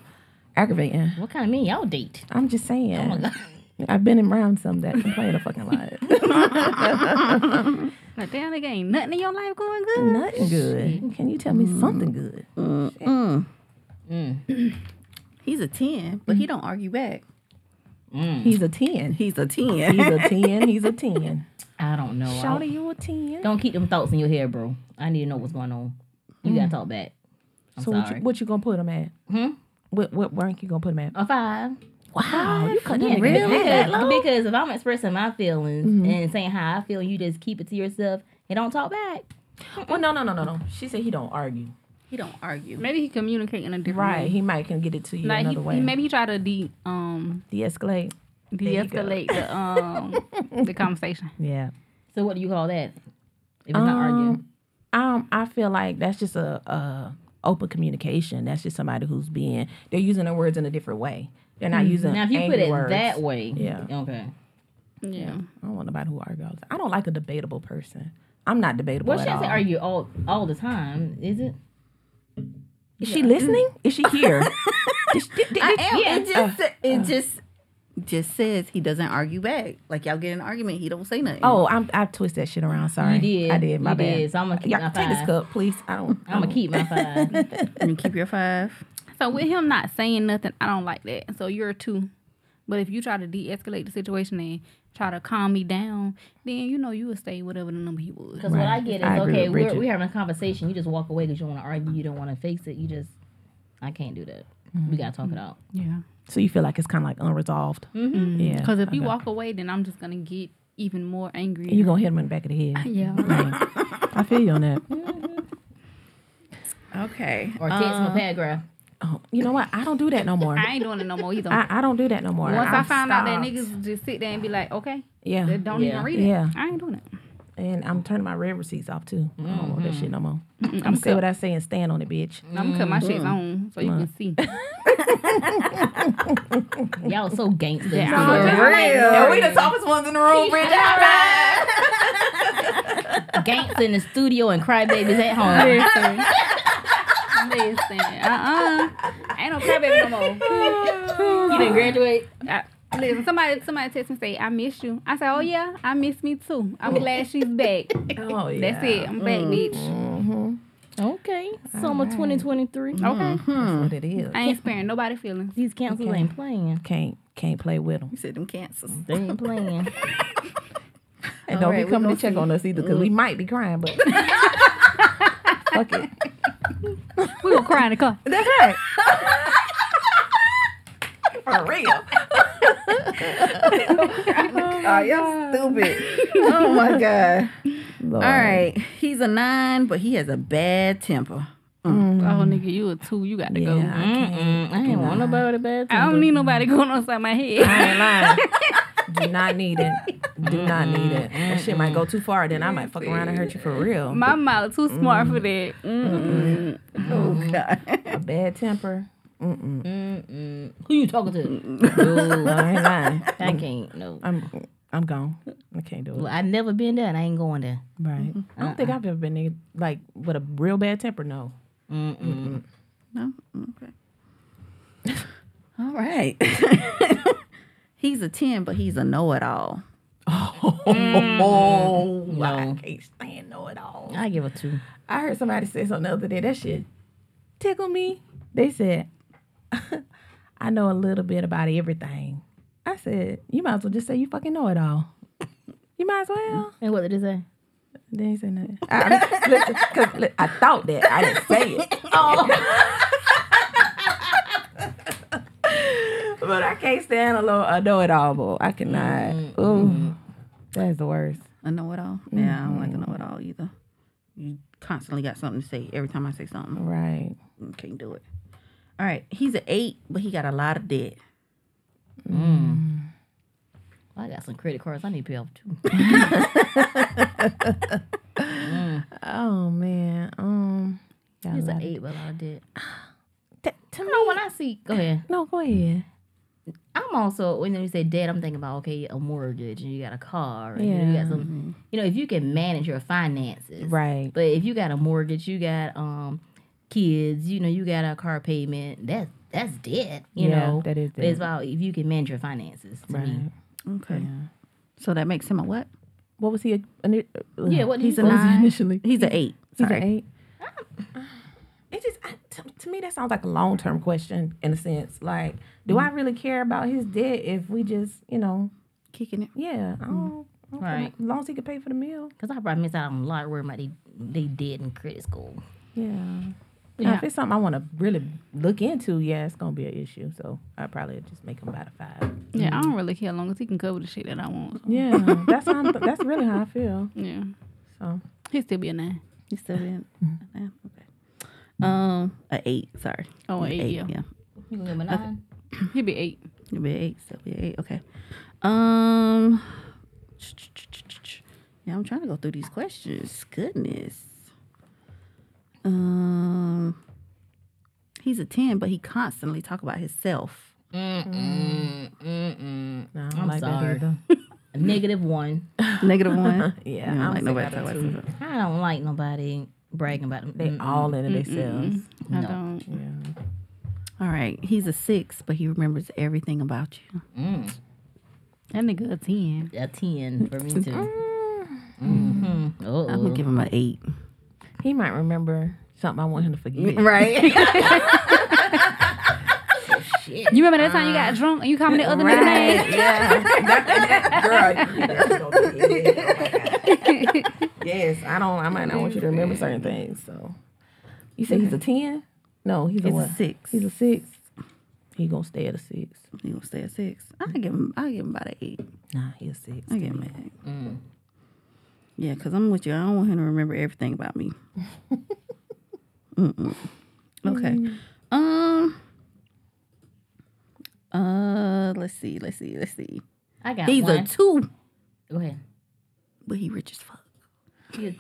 B: aggravating.
C: What kind of men y'all date?
B: I'm just saying.
C: God.
B: I've been around some that complain a fucking lot.
A: Like, damn, nigga, ain't nothing in your life going good.
B: Nothing good. Can you tell me something good?
D: He's a 10, but he don't argue back.
B: He's a 10.
D: He's a 10.
B: He's a 10. He's a 10.
C: I don't know. I-
B: Shawty, you a 10.
C: don't keep them thoughts in your head, bro. I need to know what's going on. You gotta talk back.
B: Mm.
C: I'm
B: So what you,
C: sorry.
B: what you gonna put him at? Hmm? What, what rank you gonna put him at?
C: a five.
B: Wow, you cut that nigga
C: Really?
B: down that Mm-hmm.
C: Because,
B: low?
C: because if I'm expressing my feelings and saying how I feel, you just keep it to yourself and don't talk back.
B: Well, no, no, no, no, no. She said he don't argue.
D: He don't argue.
A: Maybe he communicate in a different
B: Right,
A: way.
B: he might can get it to you
A: Like he,
B: another way.
A: he- maybe he try to de um
B: De-escalate. you go.
A: de-escalate the um the conversation.
B: Yeah.
C: So what do you call that? If it's not arguing.
B: um, I feel like that's just a, a open communication. That's just somebody who's being they're using their words in a different way. They're not using
C: Mm-hmm. Now if you put
B: angry
C: it
B: words.
C: that way,
B: Yeah.
C: Okay.
A: Yeah.
B: I don't want nobody who argue. all the time. I don't like a debatable person. I'm not debatable
C: Well,
B: at
C: she doesn't
B: all.
C: argue all all the time, is it?
B: Is she listening? Is she here? Did she- did- did-
C: Yeah.
D: It just, it just, just says he doesn't argue back. Like y'all get in an argument, he don't say nothing.
B: oh, I'm, I twist that shit around. Sorry,
C: You did.
B: I did. My
C: You
B: bad.
C: did. So I'ma keep
B: Y'all
C: my
B: can take this
C: five.
B: cup, please. I don't.
C: I'm gonna keep my five.
D: and you keep your five.
A: So with him not saying nothing, I don't like that. So you're a two. But if you try to de-escalate the situation and try to calm me down, then you know you will stay whatever the number he was.
C: Because what I get is
B: I agree
C: okay,
B: with
C: we're
B: Bridget.
C: we having a conversation. You just walk away because you want to argue. You don't want to face it. You just, I can't do that. We gotta talk it out.
A: Yeah.
B: So you feel like it's kind of like unresolved. Mm-hmm. Yeah.
A: Because if you
B: okay.
A: walk away, then I'm just gonna get even more angry.
B: you're gonna hit him in the back of the head.
A: yeah.
B: I feel you on that.
D: Okay.
C: Uh-huh. Or text my paragraph.
B: Oh, you know what? I don't do that no more.
A: I ain't doing it no more either.
B: I, I don't do that no more.
A: Once I
B: I've
A: find out that
B: stopped.
A: niggas just sit there and be like, okay,
B: Yeah.
A: they don't even
C: Yeah.
A: read it.
B: Yeah.
A: I ain't doing it.
B: And I'm turning my red receipts off too. I don't want that shit no more. I'm,
A: I'm
B: say what I say and stand on it, bitch.
A: I'm gonna cut my shit's on so you can see.
C: Y'all so gangster.
A: Yeah.
D: Oh,
C: Yeah.
B: And we the toughest ones in the room, bitch.
C: Gangster in the studio and crybabies at home.
A: Listen. Listen. Uh uh Ain't no crybaby no more.
C: You didn't graduate.
A: I, listen, somebody somebody text me say, I miss you. I say, Oh yeah, I miss me too. I'm glad she's back.
B: Oh, yeah.
A: That's it. I'm back, bitch.
B: Mm-hmm.
C: Okay. Summer 2023.
A: Okay.
B: That's what it is.
A: I ain't sparing nobody feelings.
C: These councils
B: Okay.
C: ain't playing.
B: Can't can't play with them.
D: You said them cancers.
C: They ain't playing.
B: And
D: All
B: don't
D: right,
B: be
D: we
B: coming
D: gonna
B: to check
D: see.
B: on us either because we might be crying, but fuck it.
A: We were crying in the car.
B: That's right. For real.
D: Oh, y'all stupid. oh my god. All right. He's a nine, but he has a bad temper.
A: Oh nigga, you a two, you got to go.
B: Yeah, I can't.
C: Mm-mm. I ain't want nobody with a bad
A: I
C: temper.
A: don't need nobody going outside my head.
B: I ain't lying. Do not need it. Do not need it. That shit might go too far, then I might fuck around and hurt you for real.
A: My mouth too smart for that. Mm-mm.
D: Oh god.
B: A bad temper. Mm-mm.
C: Mm-mm. Who you talking to?
B: No, I ain't lying.
C: I can't. No.
B: I'm I'm gone. I can't do
C: Well,
B: it.
C: I never been there, and I ain't going there.
B: Right. I don't think I've ever been nigga- like with a real bad temper. No.
C: Mm-mm.
D: No? Okay. All right. he's a 10, but he's a know it all.
B: Oh,
C: No.
B: I can't stand no at all.
C: I give a two.
B: I heard somebody say something the other day. That shit tickled me. They said, I know a little bit about everything. I said, you might as well just say you fucking know it all. You might as well.
C: And what did it say?
B: They ain't say nothing. I, I, listen, 'cause, li- I thought that. I didn't say it. but I can't stand a little, I know it all, boy. I cannot. Ooh, that's the worst.
D: A know it all? Yeah, I don't like a know it all either. You constantly got something to say every time I say something.
B: Right.
D: you Can't do it. All right. He's an 8, but he got a lot of debt.
C: I got some credit cards I need to pay off too.
B: Oh, man. Um, y'all
C: It's an
B: like-
C: eight, but I did.
B: T- to me,
C: No, when I see, go ahead.
B: no, go ahead.
C: I'm also when you say debt, I'm thinking about okay, a mortgage, and you got a car, and you, know, you
B: Yeah.
C: got some. You know, if you can manage your finances,
B: Right.
C: But if you got a mortgage, you got um kids, you know, you got a car payment. That's that's debt. You
B: Yeah,
C: know,
B: that is
C: But It's
B: debt.
C: about if you can manage your finances. To
B: Right.
C: me.
D: Okay. So that makes him a what?
B: What was he? A, a, uh,
C: Yeah, what did
B: he's
C: he-
B: a
C: what was he
B: nine. initially.
D: He's an 8.
B: He's
D: Sorry.
B: an eight. Ah. It just I, to, to me that sounds like a long term question in a sense. Like, do I really care about his debt if we just you know
D: Kicking it.
B: yeah I don't, I don't care.
C: Right.
B: as long as he can pay for the meal
C: Cause I probably miss out on a lot worrying about they they did in credit school.
B: yeah. Now, if it's something I want to really look into, yeah, it's gonna be an issue. So I probably just make him about a five.
A: Yeah, I don't really care as long as he can cover the shit that I want.
B: Yeah, that's how I'm, that's really how I feel.
A: Yeah.
B: So
A: He'd still be a nine.
D: You still in? Yeah, Okay. Um, a eight. Sorry.
A: Oh, an eight, yeah.
D: Yeah.
C: You gonna give me nine?
A: He'd be eight.
D: It'll be an eight. Still be an eight. Okay. Um. Yeah, I'm trying to go through these questions. Goodness. Um. He's a ten, but he constantly talk about himself.
C: Mm-mm, mm-mm.
B: no, I don't
C: I'm
B: like
C: sorry.
B: that either.
C: A negative one.
D: Negative one.
B: Yeah,
D: You don't
B: I'm
D: like
B: so
D: nobody
B: bad
D: talk
B: at
D: about
B: two.
D: himself.
C: I don't like nobody bragging about them.
B: They all in it themselves.
A: I
C: No.
A: don't.
B: Yeah.
D: All right. He's a six, but he remembers everything about you.
C: Mm,
A: That nigga a ten.
C: a ten for me too. Mm-hmm.
D: I'm gonna
C: Oh,
D: give him an eight.
B: He might remember something I want him to forget.
D: Right.
C: shit.
A: You remember that time you got drunk and you called me the other nigga name?
B: yes, I don't. I might not want you to remember certain things. So, you say he's a ten? No, he's, a
D: He's a
B: what?
D: six.
B: He's a six. He gonna stay at a six.
D: He gonna stay at six. I give him. I give him about an eight.
B: Nah, he a six.
D: I get mad.
C: Mm.
D: Yeah, because I'm with you. I don't want him to remember everything about me. Mm-mm. Okay. Um. Uh, let's see, let's see, let's see.
C: I got
D: These
C: one.
D: are two,
C: Go ahead.
D: but he rich as fuck.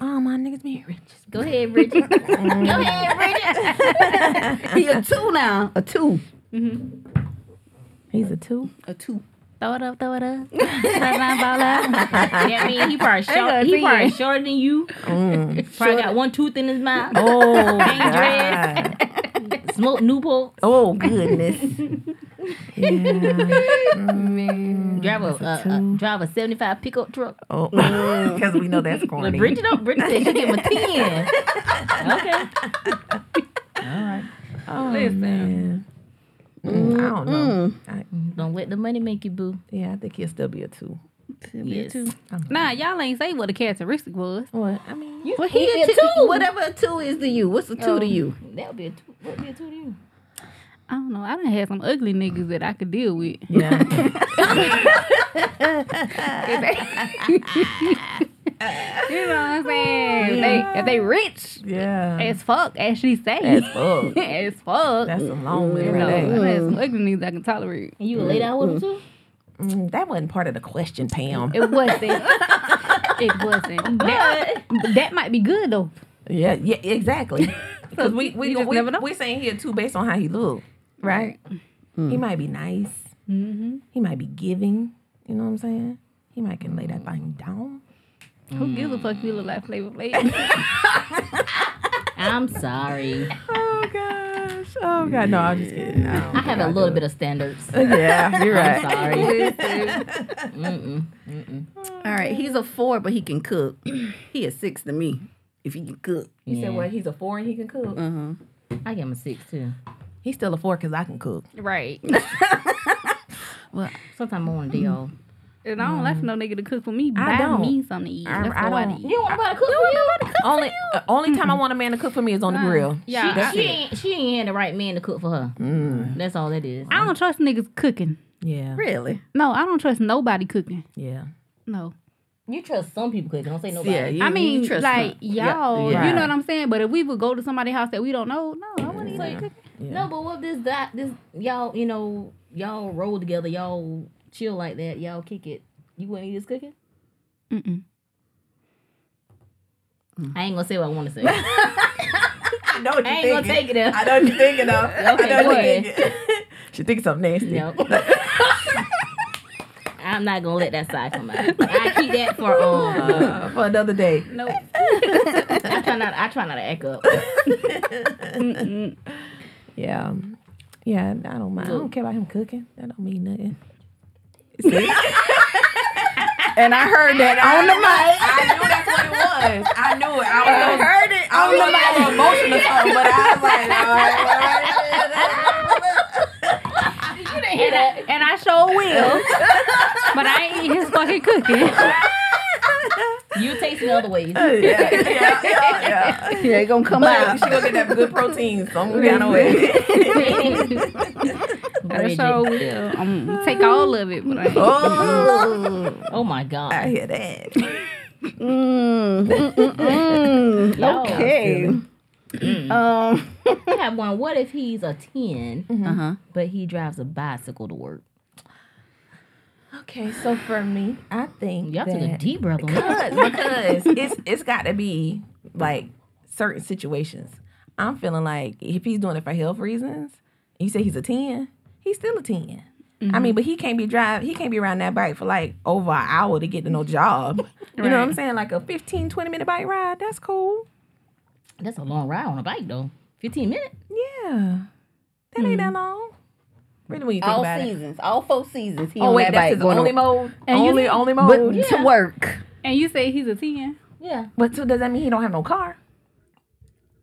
B: Oh, my niggas being rich.
C: Go ahead, Bridget. Go ahead, Bridget.
D: he a two now, a two,
B: He's a two.
D: a two.
A: Throw it up, throw it up. Slap my ball up.
C: Yeah, I mean, he probably short.
A: gonna
C: He
A: see
C: probably
A: it.
C: shorter than you.
B: Mm.
C: Probably got one tooth in his mouth.
B: Oh,
C: Dangerous.
B: God.
C: Smoke Newport.
B: oh goodness. yeah.
C: Drive a, a, a drive a seventy five pickup truck.
B: Oh, because we know that's
C: But
B: corny.
C: Bridget don't. Bridget said she give him a ten. okay. All right.
B: Oh,
A: Listen.
B: man. Mm, I don't know. I,
C: Don't let the money make you boo.
B: yeah, I think he'll still be a two.
C: Yes.
A: Nah, y'all ain't say what the characteristic was.
B: What? I mean,
D: Well, he, a two. Whatever a two is to you, what's a two
C: Oh.
D: to you?
C: That'll be a two. What be a two to you?
A: I don't know. I done had some ugly niggas that I could deal with.
B: yeah.
A: You know what I'm saying? If, they, if they rich
B: yeah.
A: as fuck, as she say.
B: As fuck.
A: as fuck.
B: That's a long way
A: you know,
B: right
A: I
B: there.
A: done had some ugly niggas I can tolerate.
C: And you would lay down with him too?
B: Mm, that wasn't part of the question, Pam.
A: It wasn't. it wasn't. That, that might be good though.
B: Yeah, yeah, exactly. Because we we
A: You just
B: we,
A: never know.
B: we saying he a two based on how he look, right? He might be nice.
A: Mm-hmm.
B: He might be giving. You know what I'm saying? He might can lay that thing down.
A: Who gives a fuck if you look like Flavor Flav?
C: I'm sorry.
B: Oh gosh. Oh god. No, I'm just kidding.
C: I have a little bit of standards.
B: Yeah, you're
C: I'm sorry.
A: Listen,
C: Mm-mm. Mm-mm.
D: All right, he's a four, but he can cook. he a six to me if he can cook.
B: You
C: Yeah.
B: said what? He's a four and he can cook.
D: Uh-huh.
C: I give him a six too.
B: He's still a four because I can cook.
A: right.
C: Sometimes I want a day off.
A: And I don't like for no nigga to cook for me.
B: I
A: Buy
B: don't.
A: me something to eat.
B: I-
A: That's
B: I
A: all I
B: don't.
A: need.
C: want nobody to cook for you?
B: only uh, only time I want a man to cook for me is on the grill.
A: Yeah,
B: That's
C: She
B: it.
C: ain't, she ain't had the right man to cook for her.
B: Mm.
C: That's all that is.
A: I don't trust niggas cooking.
B: Yeah,
D: Really?
A: No, I don't trust nobody cooking.
B: yeah.
A: No.
C: You trust some people cooking. Don't say nobody.
D: Yeah. You,
A: I mean,
D: you trust
A: like,
D: him.
A: y'all,
B: yeah.
A: you know what I'm saying? But if we would go to somebody's house that we don't know, no, I wouldn't eat no cooking.
C: No, but what this that this y'all you know y'all roll together, y'all chill like that, y'all kick it. You wouldn't eat his cooking?
A: Mm-mm.
C: I ain't gonna say what I want to say. I
B: I know what
C: ain't gonna take it out.
B: know what you're thinking of.
C: Okay, know what you're go
B: she thinks something nasty.
C: No. I'm not gonna let that side come out. I keep that for um.
B: Uh, for another day.
A: Nope.
C: I try not. I try not to act up.
A: Mm-mm.
B: Yeah. Yeah, I don't mind. I don't care about him cooking. That don't mean nothing. and I heard that on the mic. I knew that's what it was. I knew it. I, was, heard it. I was about emotional song, but I was like, all right, all
A: and, I, and I sure will. but I ain't eat his fucking cooking.
C: You taste it other ways.
B: right. yeah, yeah, yeah, yeah.
D: yeah, it gonna come
B: But
D: out.
B: she gonna get that good protein some kind of way.
A: I
C: Bridget.
A: sure will. I'm gonna take all of it, but I ain't.
B: Oh,
C: Oh my god.
B: I hear that.
D: Mm, mm, mm, mm.
C: Y'all
D: Okay. Um.
C: I have one. What if he's a 10
D: Uh huh.
C: but he drives a bicycle to work?
B: Okay, so for me, I think
C: Y'all took a
B: that-
C: deep breath on that.
B: because because it's it's got to be like certain situations. I'm feeling like if he's doing it for health reasons, you say he's a ten, he's still a 10 I
D: Mm-hmm.
B: mean, but he can't be drive. He can't be riding that bike for like over an hour to get to no job. You know what I'm
A: Right.
B: saying? Like a 15, 20 minute bike ride. That's cool.
C: That's a long ride on a bike though. Fifteen minutes.
B: Yeah, that ain't that long. Really, when you think
D: Mm-hmm. All
B: about it.
D: seasons, all four seasons. He
B: Oh
D: on
B: wait,
D: that
B: that's
D: bike
B: his
D: going
B: only
D: on-
B: mode.
A: And you
B: only,
A: think-
B: only
D: but
B: mode.
D: to work.
A: And you say he's a 10.
C: Yeah.
B: But so does that mean he don't have no car?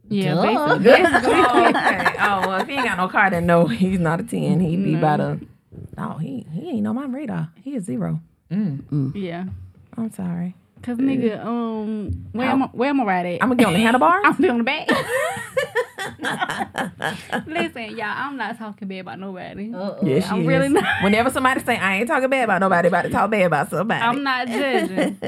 A: Yeah,
C: Duh.
A: basically.
B: oh, okay. Oh, well, if he ain't got no car, then no, he's not a 10. He be about a. Oh, he, he ain't on my radar. He is zero.
C: Mm.
A: Yeah.
B: I'm sorry.
A: Cause nigga, um, where
B: Ow.
A: am I, where am I right at?
B: I'm going to get on the handlebar.
A: I'm be on the back. Listen, y'all, I'm not talking bad about nobody.
C: Uh-oh.
B: Yeah, she
A: I'm
B: is.
A: really not.
B: Whenever somebody say, I ain't talking bad about nobody, about to talk bad about somebody.
A: I'm not judging.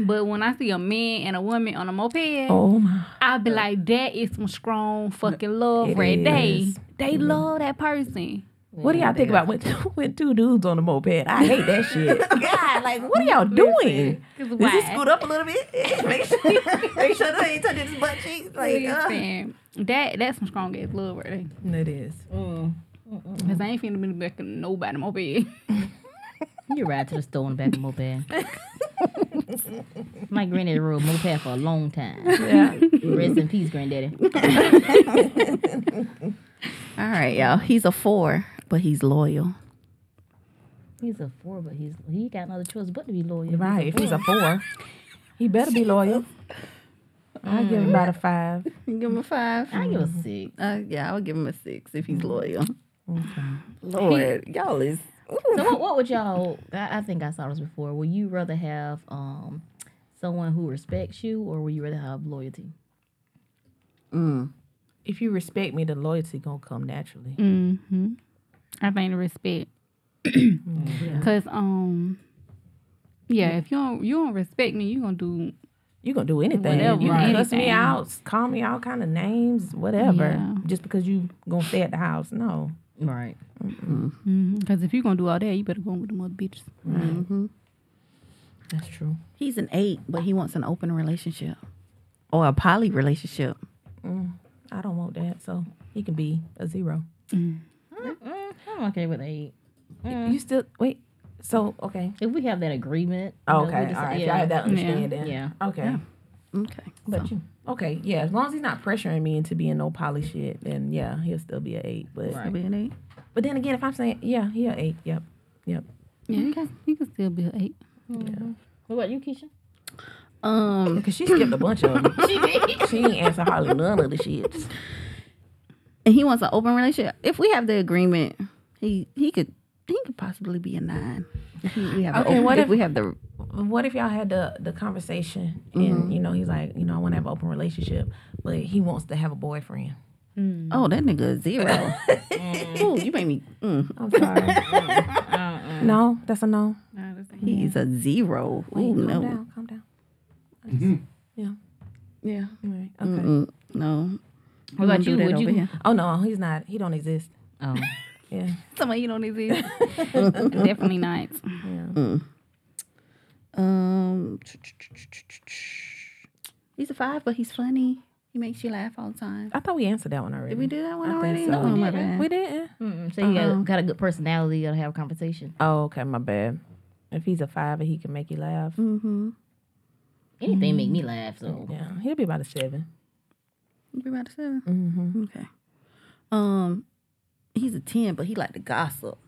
A: But when I see a man and a woman on a moped,
B: Oh my.
A: I'll be like, that is some strong fucking love
B: It
A: right
B: is.
A: there. They love that person.
B: What do y'all think about when two, when two dudes on a moped? I hate that shit. God, like what are y'all doing?
A: Cause
B: Does he
A: why?
B: scoot up a little bit? Make sure, make sure they ain't touching his butt cheeks. Like,
A: Please,
B: uh.
A: man. That that's some strong ass love right there.
B: It is.
C: Mm.
A: Cause I ain't finna be back to nobody over here.
C: You ride to the store in the back of a moped. My granddaddy rode a moped for a long time.
B: Yeah.
C: Rest in peace, granddaddy.
D: All right, y'all. He's a four, but he's loyal.
C: He's a four, but he's he ain't got another choice but to be loyal. He's a
B: Right. If
C: four.
B: he's a four, he better be loyal. I give him about a five.
D: Give him a five.
C: I give a six.
D: Uh, yeah, I would give him a six if he's loyal. Lord, y'all is.
C: So what, what would y'all? I, I think I saw this before. Would you rather have um someone who respects you, or would you rather have loyalty?
B: If you respect me, the loyalty gonna come naturally.
C: Mm.
A: Mm-hmm. I think the respect. Cause um, yeah, if you don't you don't respect me, you gonna do
B: You gonna do anything.
A: Whatever,
B: you
A: right.
B: can cuss me
A: anything.
B: out, call me all kind of names, whatever.
A: Yeah.
B: Just because you gonna stay at the house, no.
C: Right.
A: Mhm. Cause if you gonna do all that, you better go on with them other bitches.
B: That's true.
D: He's an eight, but he wants an open relationship or a poly relationship.
B: I don't want that, so he can be a zero.
C: Mm, I'm okay with eight.
B: You still wait. So okay,
C: If we have that agreement. you know, we
B: okay, all
C: just-
B: right.
C: Yeah.
B: Y'all had that understanding.
C: Yeah.
B: Okay.
D: Okay.
B: But you okay? Yeah, as long as he's not pressuring me into being no poly shit, then yeah, he'll still be an eight. But
D: He'll
C: Right.
D: be an eight.
B: but then again, if I'm saying yeah, he an eight. Yep, yep.
A: Yeah, you can you can still be an eight.
C: What about you, Keisha?
D: Um,
B: Because she skipped a bunch of them. she did. She ain't answer hardly none of the shit.
D: and he wants an open relationship. If we have the agreement, he he could he could possibly be a nine. If he- we have
B: Okay,
D: open,
B: what
D: if,
B: if-
D: we have the
B: What if y'all had the the conversation and you know he's like you know I want to have an open relationship, but he wants to have a boyfriend.
D: oh that nigga is zero. oh, you made me. Mm,
B: I'm sorry. no, that's a no.
D: he is a zero. Oh
B: Wait, calm
D: no.
B: down, calm down. Mm-hmm. Yeah.
D: Yeah.
B: All right. Okay.
D: Mm, no.
C: What about
D: Don't do
C: you?
D: that
C: Would
D: over
C: you?
D: here.
B: Oh no, he's not. He don't exist.
C: Oh.
B: Yeah.
A: Somebody you don't exist. Definitely not.
D: Um, he's a five, but he's funny. He makes you laugh all the time.
B: I thought we answered that one already.
D: Did we do that one
B: I
D: already?
B: think so.
D: Oh, my bad.
B: We didn't.
C: Mm-mm. So you
B: Uh-uh.
C: got, got a good personality. You gotta have a conversation.
B: Oh, okay, my bad. If he's a five and he can make you laugh,
D: Mm-hmm.
C: Anything make
B: Mm-hmm.
C: me laugh. So
B: yeah, he'll be about a seven.
D: You about to say that?
B: Mm-hmm.
D: Okay. Um, he's a ten, but he like to gossip.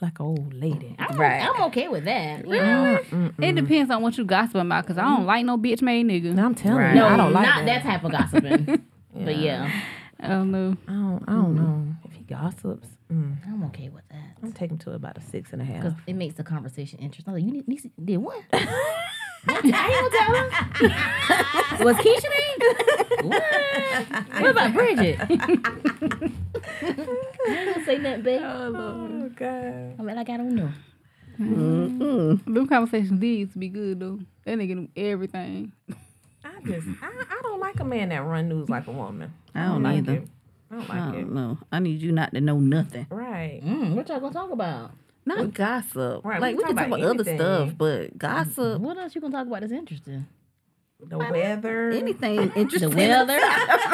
B: Like an old lady.
C: I'm,
D: Right.
C: I'm okay with that. you know?
B: Really? mm
A: It depends on what you gossiping about. Cause I don't like no bitch made nigga.
B: I'm telling
D: Right.
B: you,
C: No,
B: I don't like
C: not
B: that.
C: that. type of gossiping. But yeah,
A: I don't know.
B: I don't. I
D: Mm-hmm.
B: don't know if he gossips. Mm.
C: I'm okay with that.
B: I'm taking him to about a six and a half.
C: Because it makes the conversation interesting. I was like, you need, Nisi did what? I ain't gonna tell her. Was Keisha there? What? What about Bridget? I ain't gonna say nothing, babe.
B: Oh God.
C: I'm like, I don't know.
A: Them conversations did used to be good though. That nigga knew everything.
B: I just. I, I don't like a man that run news like a woman.
D: I don't
B: like
D: either.
B: it. I don't like
D: I
B: it.
D: don't know. I need you not to know nothing.
B: Right.
C: Mm, what y'all gonna talk about?
D: Not gossip.
B: Right,
D: Like
B: we
D: we
B: can
D: can talk
B: talk
D: about
B: about
D: other stuff,
B: anything.
D: but gossip,
C: What else you gonna talk about that's interesting?
B: The weather.
D: anything
C: The
D: interesting.
C: weather?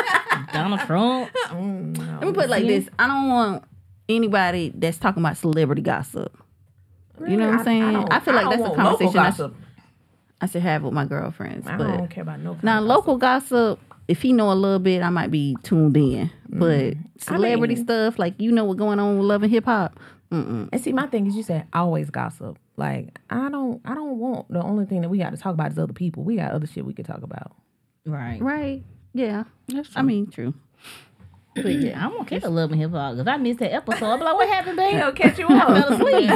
C: Donald Trump?
B: Mm, no.
D: Let me put it like
C: Yeah.
D: this: I don't want anybody that's talking about celebrity gossip. You know what I'm saying? I,
B: don't-
D: feel like
B: don't
D: that's a
B: want local
D: conversation I should,
B: gossip.
D: I should have with my girlfriends.
B: I
D: but
B: don't care about no. kind
D: now,
B: of
D: local gossip, if he know a little bit, I might be tuned in. But celebrity
B: mean-
D: stuff, like you know what's going on with Love and Hip Hop. Mm-mm.
B: And see, my thing is, you said always gossip. Like I don't, I don't want the only thing that we got to talk about is other people. We got other shit we could talk about.
C: Right.
D: Right? Yeah. I mean, true.
C: But yeah, I'm okay to love and hip hop. If I missed that episode, I'll be like, what happened, babe?
B: catch you
C: I fell asleep.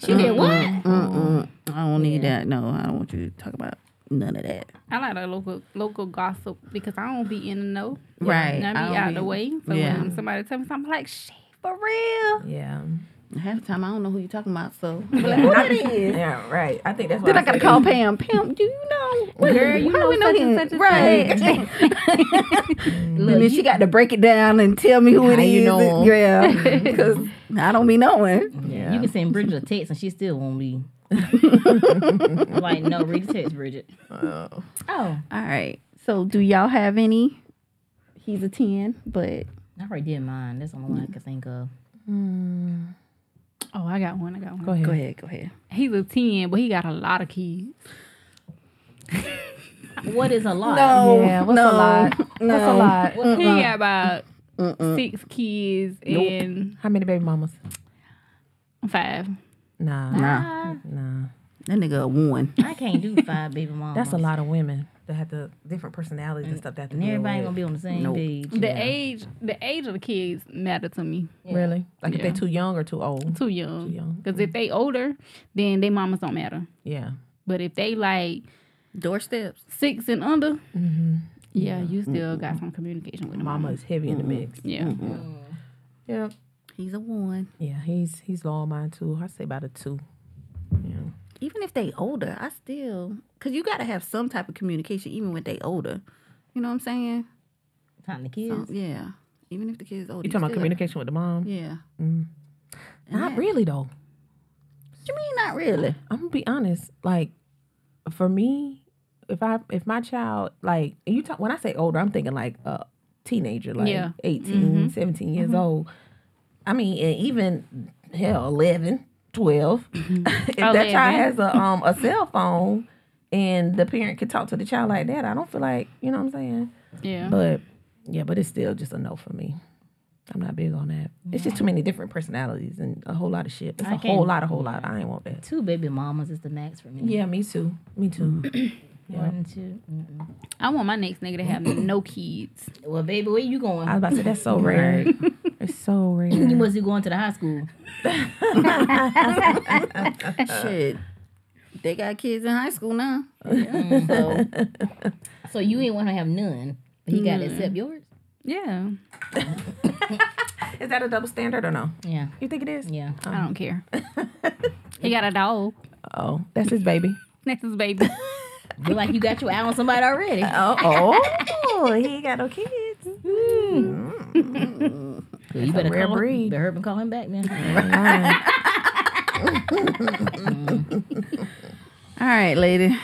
C: she did what?
D: Mm-mm. I don't need that. No, I don't want you to talk about none of that.
A: I like the local local gossip because I don't be in the know. And
D: Right.
A: I be
D: I don't
A: out
D: be-
A: the way. So
D: yeah.
A: when somebody tell me something I'm like, shit, for real.
B: Yeah,
D: Half the time, I don't know who you're talking about. So
B: Yeah, right. I think that's what
A: Then I gotta call Pam. Pam, do you know? What,
D: Girl, you
A: how
D: know
A: do we know
D: such
A: him?
D: and such a
A: right.
D: and then she got to break it down and tell me who it
B: How
D: is.
B: you know 'em.
D: Yeah, because I don't be knowing.
C: You can send Bridget a text and she still won't leave. I'm like, no, read the text, Bridget. Oh.
D: All right. So, do y'all have any? He's a ten, but
C: I already did mine. That's the only
B: Mm.
C: one I could think of.
A: Oh, I got one. I got one.
B: Go ahead.
D: go ahead, go ahead.
A: He's a ten, but he got a lot of kids.
C: What is a lot?
B: Yeah, what's a lot? What's a lot?
A: He got about six kids and
B: How many baby mamas?
A: five.
B: Nah,
D: Nah.
B: nah.
D: That nigga a one.
C: I can't do five baby mamas.
B: That's a lot of women that have the different personalities Mm. and stuff. That have to
C: And
B: deal
C: everybody
B: with.
C: gonna be on the same
D: Nope.
C: page.
A: The age, the age of the kids matter to me.
B: really like if
A: Yeah.
B: they're too young or too old.
A: Too young.
B: Too young.
A: Because if they older, then their mamas don't matter.
B: Yeah,
A: But if they like
D: Doorsteps.
A: six and under,
B: Mm-hmm.
A: yeah, you still got some communication with the mama.
B: mama is heavy in the mix.
A: Yeah.
B: Yeah,
D: He's a one.
B: yeah. He's he's low on mine too. I say about a two. Yeah.
D: Even if they older, I still because you got to have some type of communication even when they older. You know what I'm saying?
C: Time the
D: So,
C: kids.
D: yeah. Even if the kids older,
B: You talking about
D: still-
B: communication with the mom?
D: Yeah. And
B: Not
D: that-
B: really though.
D: What you mean not really?
B: I'm gonna be honest. Like for me, if I if my child like and you talk when I say older, I'm thinking like a teenager, like
A: Yeah.
B: 18,
C: Mm-hmm.
B: 17 years old. I mean, and even hell, 11, 12.
C: Mm-hmm.
B: if
C: Oh,
B: that
A: 11.
B: child has a um a cell phone and the parent can talk to the child like that, I don't feel like you know what I'm saying.
C: Mm-hmm.
A: Yeah.
B: But yeah, but it's still just a no for me. I'm not big on that. It's just too many different personalities and a whole lot of shit. It's a
C: I
B: whole
C: can't-
B: lot, a whole lot. I ain't want that.
C: Two baby mamas is the max for me.
B: Yeah, me too. Me too.
C: One and two. Mm-mm.
A: I want my next nigga to have no kids.
C: Well, baby, where you going?
B: I was about to say that's so rare. it's so
C: you
B: rare.
C: must be going to the high school.
D: Shit. They got kids in high school now.
B: Mm-hmm.
C: So, so you ain't want to have none, but he got
B: Mm.
C: to accept yours.
A: Yeah.
B: Is that a double standard or no?
C: Yeah,
B: You think it is?
C: yeah.
A: I
D: Um.
A: don't care. he got a dog.
B: Oh, that's his baby.
A: Next is baby.
C: Feel like you got your eye on somebody already.
B: Oh, oh, he ain't got no kids.
C: Well, you better
B: Mm. rare
C: call,
B: breed. Mm.
C: Better hurry up and call him back then.
D: All right, ladies.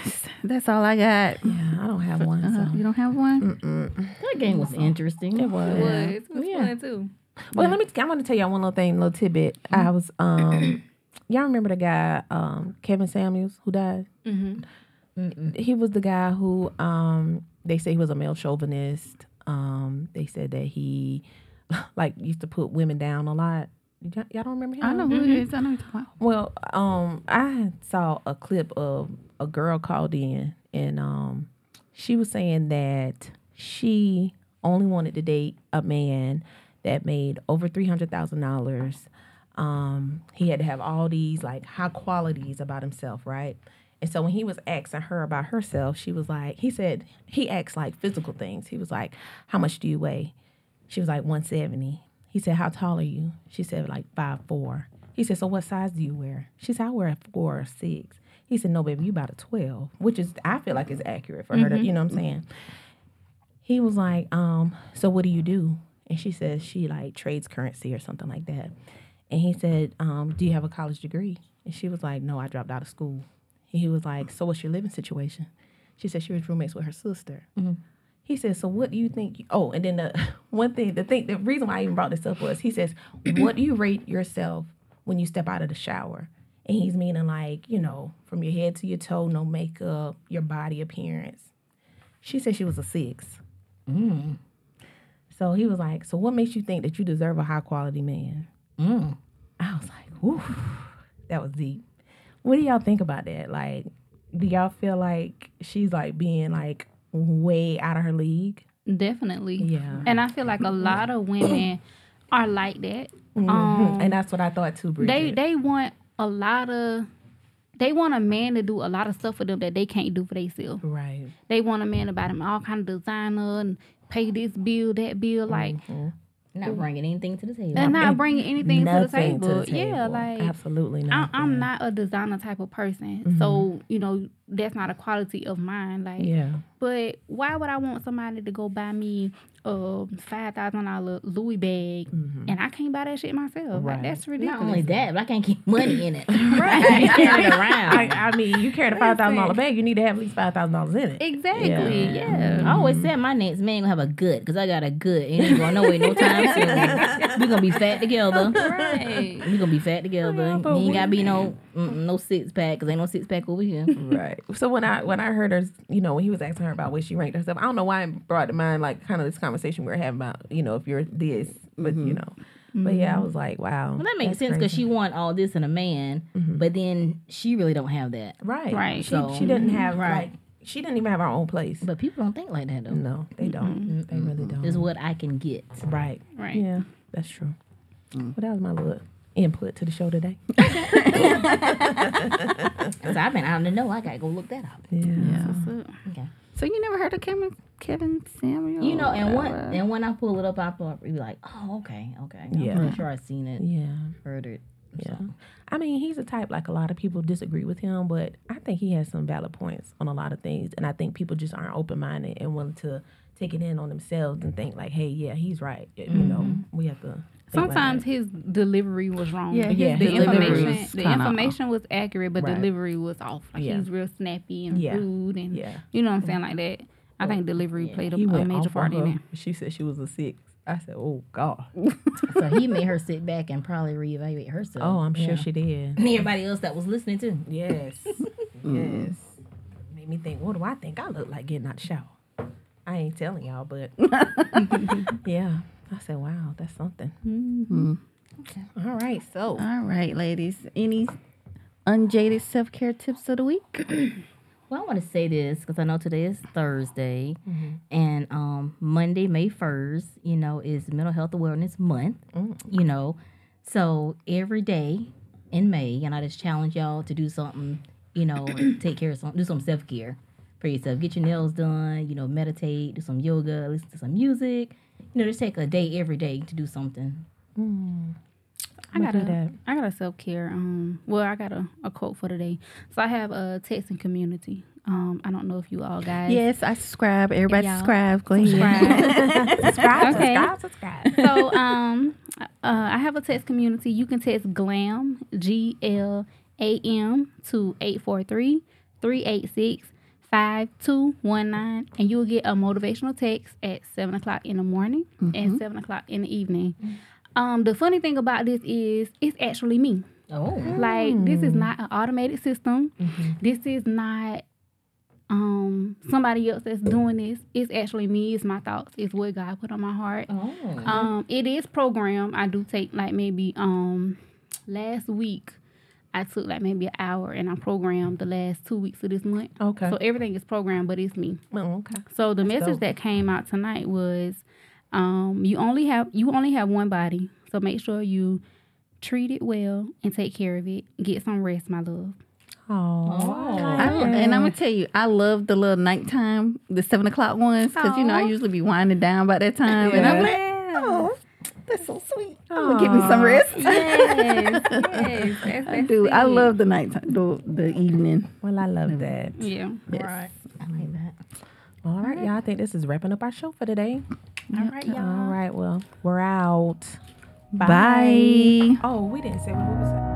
D: That's all I got.
B: Yeah, I don't have
A: uh,
B: one. So.
D: You don't have one?
C: that game
B: Mm-hmm.
C: was interesting. It
B: was.
A: was. It was fun too.
B: Well, let me. I want to tell y'all one little thing, little tidbit.
D: Mm-hmm.
B: I was um, y'all remember the guy um Kevin Samuels who died?
D: Mm-hmm.
B: He was the guy who um they say he was a male chauvinist. Um, they said that he like used to put women down a lot. Y'all, y'all don't remember him?
D: I know who
A: Mm-hmm.
D: it is. I know who you're talking about.
B: Well, um, I saw a clip of a girl called in, and um, she was saying that she only wanted to date a man that made over three hundred thousand dollars. Um, he had to have all these like high qualities about himself, right? And so when he was asking her about herself, she was like, he said he asked like physical things. He was like, "How much do you weigh?" She was like 170. He said, How tall are you? She said, like five four. He said, So what size do you wear? She said, I wear a four or six. He said, No, baby, you about a twelve, which is I feel like is accurate for her to you know what I'm saying. He was like, um, so what do you do? And she says she like trades currency or something like that. And he said, um, do you have a college degree? And she was like, no, I dropped out of school. And he was like, so what's your living situation? She said she was roommates with her sister. He said, "So what do you think?" Oh, and then the one thing, the thing, the reason why I even brought this up was he says, "What do you rate yourself when you step out of the shower?" And he's meaning like you know, from your head to your toe, no makeup, your body appearance. She said she was a six. So he was like, "So what makes you think that you deserve a high quality man?" I was like, "Whew, that was deep." What do y'all think about that? Like, do y'all feel like she's like being like way out of her league?
A: Definitely.
B: Yeah.
A: And I feel like a lot of women are like that. Um,
B: Mhm. and that's what I thought too, Bridget.
A: They they want a lot of they want a man to do a lot of stuff for them that they can't do for themselves.
B: right.
A: They want a man to buy them all kind of designer and pay this bill, that bill. Like
C: not bringing anything to the table.
A: They're not bringing anything to the,
B: Nothing
A: table. Yeah,
B: table.
A: like
B: absolutely
A: I,
B: not.
A: I'm not a designer type of person, so you know that's not a quality of mine. Like,
B: Yeah.
A: but why would I want somebody to go buy me a five thousand dollar Louis bag and I can't buy that shit myself? Like,
B: Right.
A: that's ridiculous.
C: Not only that, but I can't keep money in it. right. I
A: Right.
C: can't carry it around.
B: I, I mean, you carry a five thousand dollar bag, you need to have at least five thousand dollars in it.
A: exactly.
B: Yeah.
A: Yeah.
C: I always said my next man gonna have a good because I got a good. Ain't even going nowhere no time soon. We gonna be fat together.
A: Right.
C: We gonna be fat together.
B: Yeah,
C: you
B: but
C: ain't gotta
B: we-
C: be no mm, no six pack because ain't no six pack over here.
B: Right. So when I when I heard her, you know, when he was asking her about where she ranked herself, I don't know why it brought to mind like kind of this conversation we were having about, you know, if you're this, but you know, but yeah, I was like, wow,
C: Well, that makes sense because she want all this in a man,
B: Mm-hmm.
C: but then she really don't have that.
B: right,
A: Right. Mm-hmm.
B: She,
C: So-
B: she didn't have
C: Right.
B: like she didn't even have her own place.
C: But people don't think like that though.
B: no, they don't. They really don't.
C: It's what I can get.
B: right.
A: Right.
B: Yeah, that's true. But that was my little input to the show today.
C: Cause I've been out in the know. I gotta go look that up.
B: Yeah.
A: So,
C: Okay.
D: So you never heard of Kevin Kevin Samuel?
C: You know,
B: Oh,
C: and when
D: Uh,
C: and when I pull it up, I pull up, you be like, oh, okay, okay.
B: Yeah.
C: I'm pretty sure I've seen it,
B: Yeah.
C: heard it.
B: Yeah. I mean, he's a type like a lot of people disagree with him, but I think he has some valid points on a lot of things. And I think people just aren't open minded and willing to take it in on themselves and think, like, hey, yeah, he's right. You know, we have to. think like
A: Mm-hmm. Sometimes
B: that.
A: his delivery was wrong.
D: Yeah, his
A: His- the
B: delivery
A: information
D: was
A: the
D: kinda off.
A: information was accurate, but
B: Right.
A: delivery was off. Like
B: Yeah.
A: he's real snappy and
B: Yeah.
A: rude, and
B: Yeah.
A: you know what I'm saying, like that. I think delivery played a,
B: he
A: a
B: went
A: major
B: off on
A: part in it.
B: her. She said she was a six. I said, oh, God.
C: So he made her sit back and probably reevaluate herself.
B: Oh, I'm
C: Yeah.
B: sure she did.
C: And everybody else that was listening too.
B: Yes. yes. Made me think, what do I think I look like getting out the shower? I ain't telling y'all, but yeah. I said, wow, that's something. Mm-hmm. All right, so.
D: all right, ladies. Any unjaded self care tips of the week?
C: Well, I want to say this because I know today is Thursday, and um, Monday, May first, you know, is Mental Health Awareness Month. You know, so every day in May, and I just challenge y'all to do something. You know, take care of some, do some self care for yourself. Get your nails done. You know, meditate, do some yoga, listen to some music. You know, just take a day every day to do something.
A: I
B: I'ma
A: got
B: do
A: a
B: that.
A: uh, I got a self care. Um, well, I got a, a quote for today. So I have a text and community. Um, I don't know if you all guys.
D: Yes, I subscribe. Everybody
A: Yeah.
D: subscribe. Go ahead.
B: subscribe,
A: Okay.
B: subscribe, subscribe.
A: so um, uh, I have a text community. You can text GLAM, G L A M, to 843 386 5219, and you'll get a motivational text at 7 o'clock in the morning and 7 o'clock in the evening. Um, the funny thing about this is, it's actually me.
C: Oh,
A: Like this is not an automated system. This is not um somebody else that's doing this. It's actually me. It's my thoughts. It's what God put on my heart.
C: oh,
A: Um, it is programmed. I do take like maybe um last week I took like maybe an hour and I programmed the last two weeks of this month.
B: Okay.
A: So everything is programmed, but it's me.
B: Oh, okay.
A: So the message
B: dope.
A: that came out tonight was, um, you only have you only have one body, so make sure you treat it well and take care of it. Get some rest, my love.
B: Oh.
D: I, and I'm gonna tell you, I love the little nighttime, the seven o'clock ones, because you know I
A: Aw.
D: usually be winding down by that time, and I'm like, oh, that's so sweet. I'm gonna get me some rest.
A: Yes, yes, that's,
D: I do. I love the nighttime, the, the evening.
B: Well, I love that.
A: Yeah.
C: right. I like that.
B: All right, y'all. I think this is wrapping up our show for today.
A: All right, y'all.
B: All right, well, we're out.
D: Bye.
B: Oh, we didn't say what we was saying.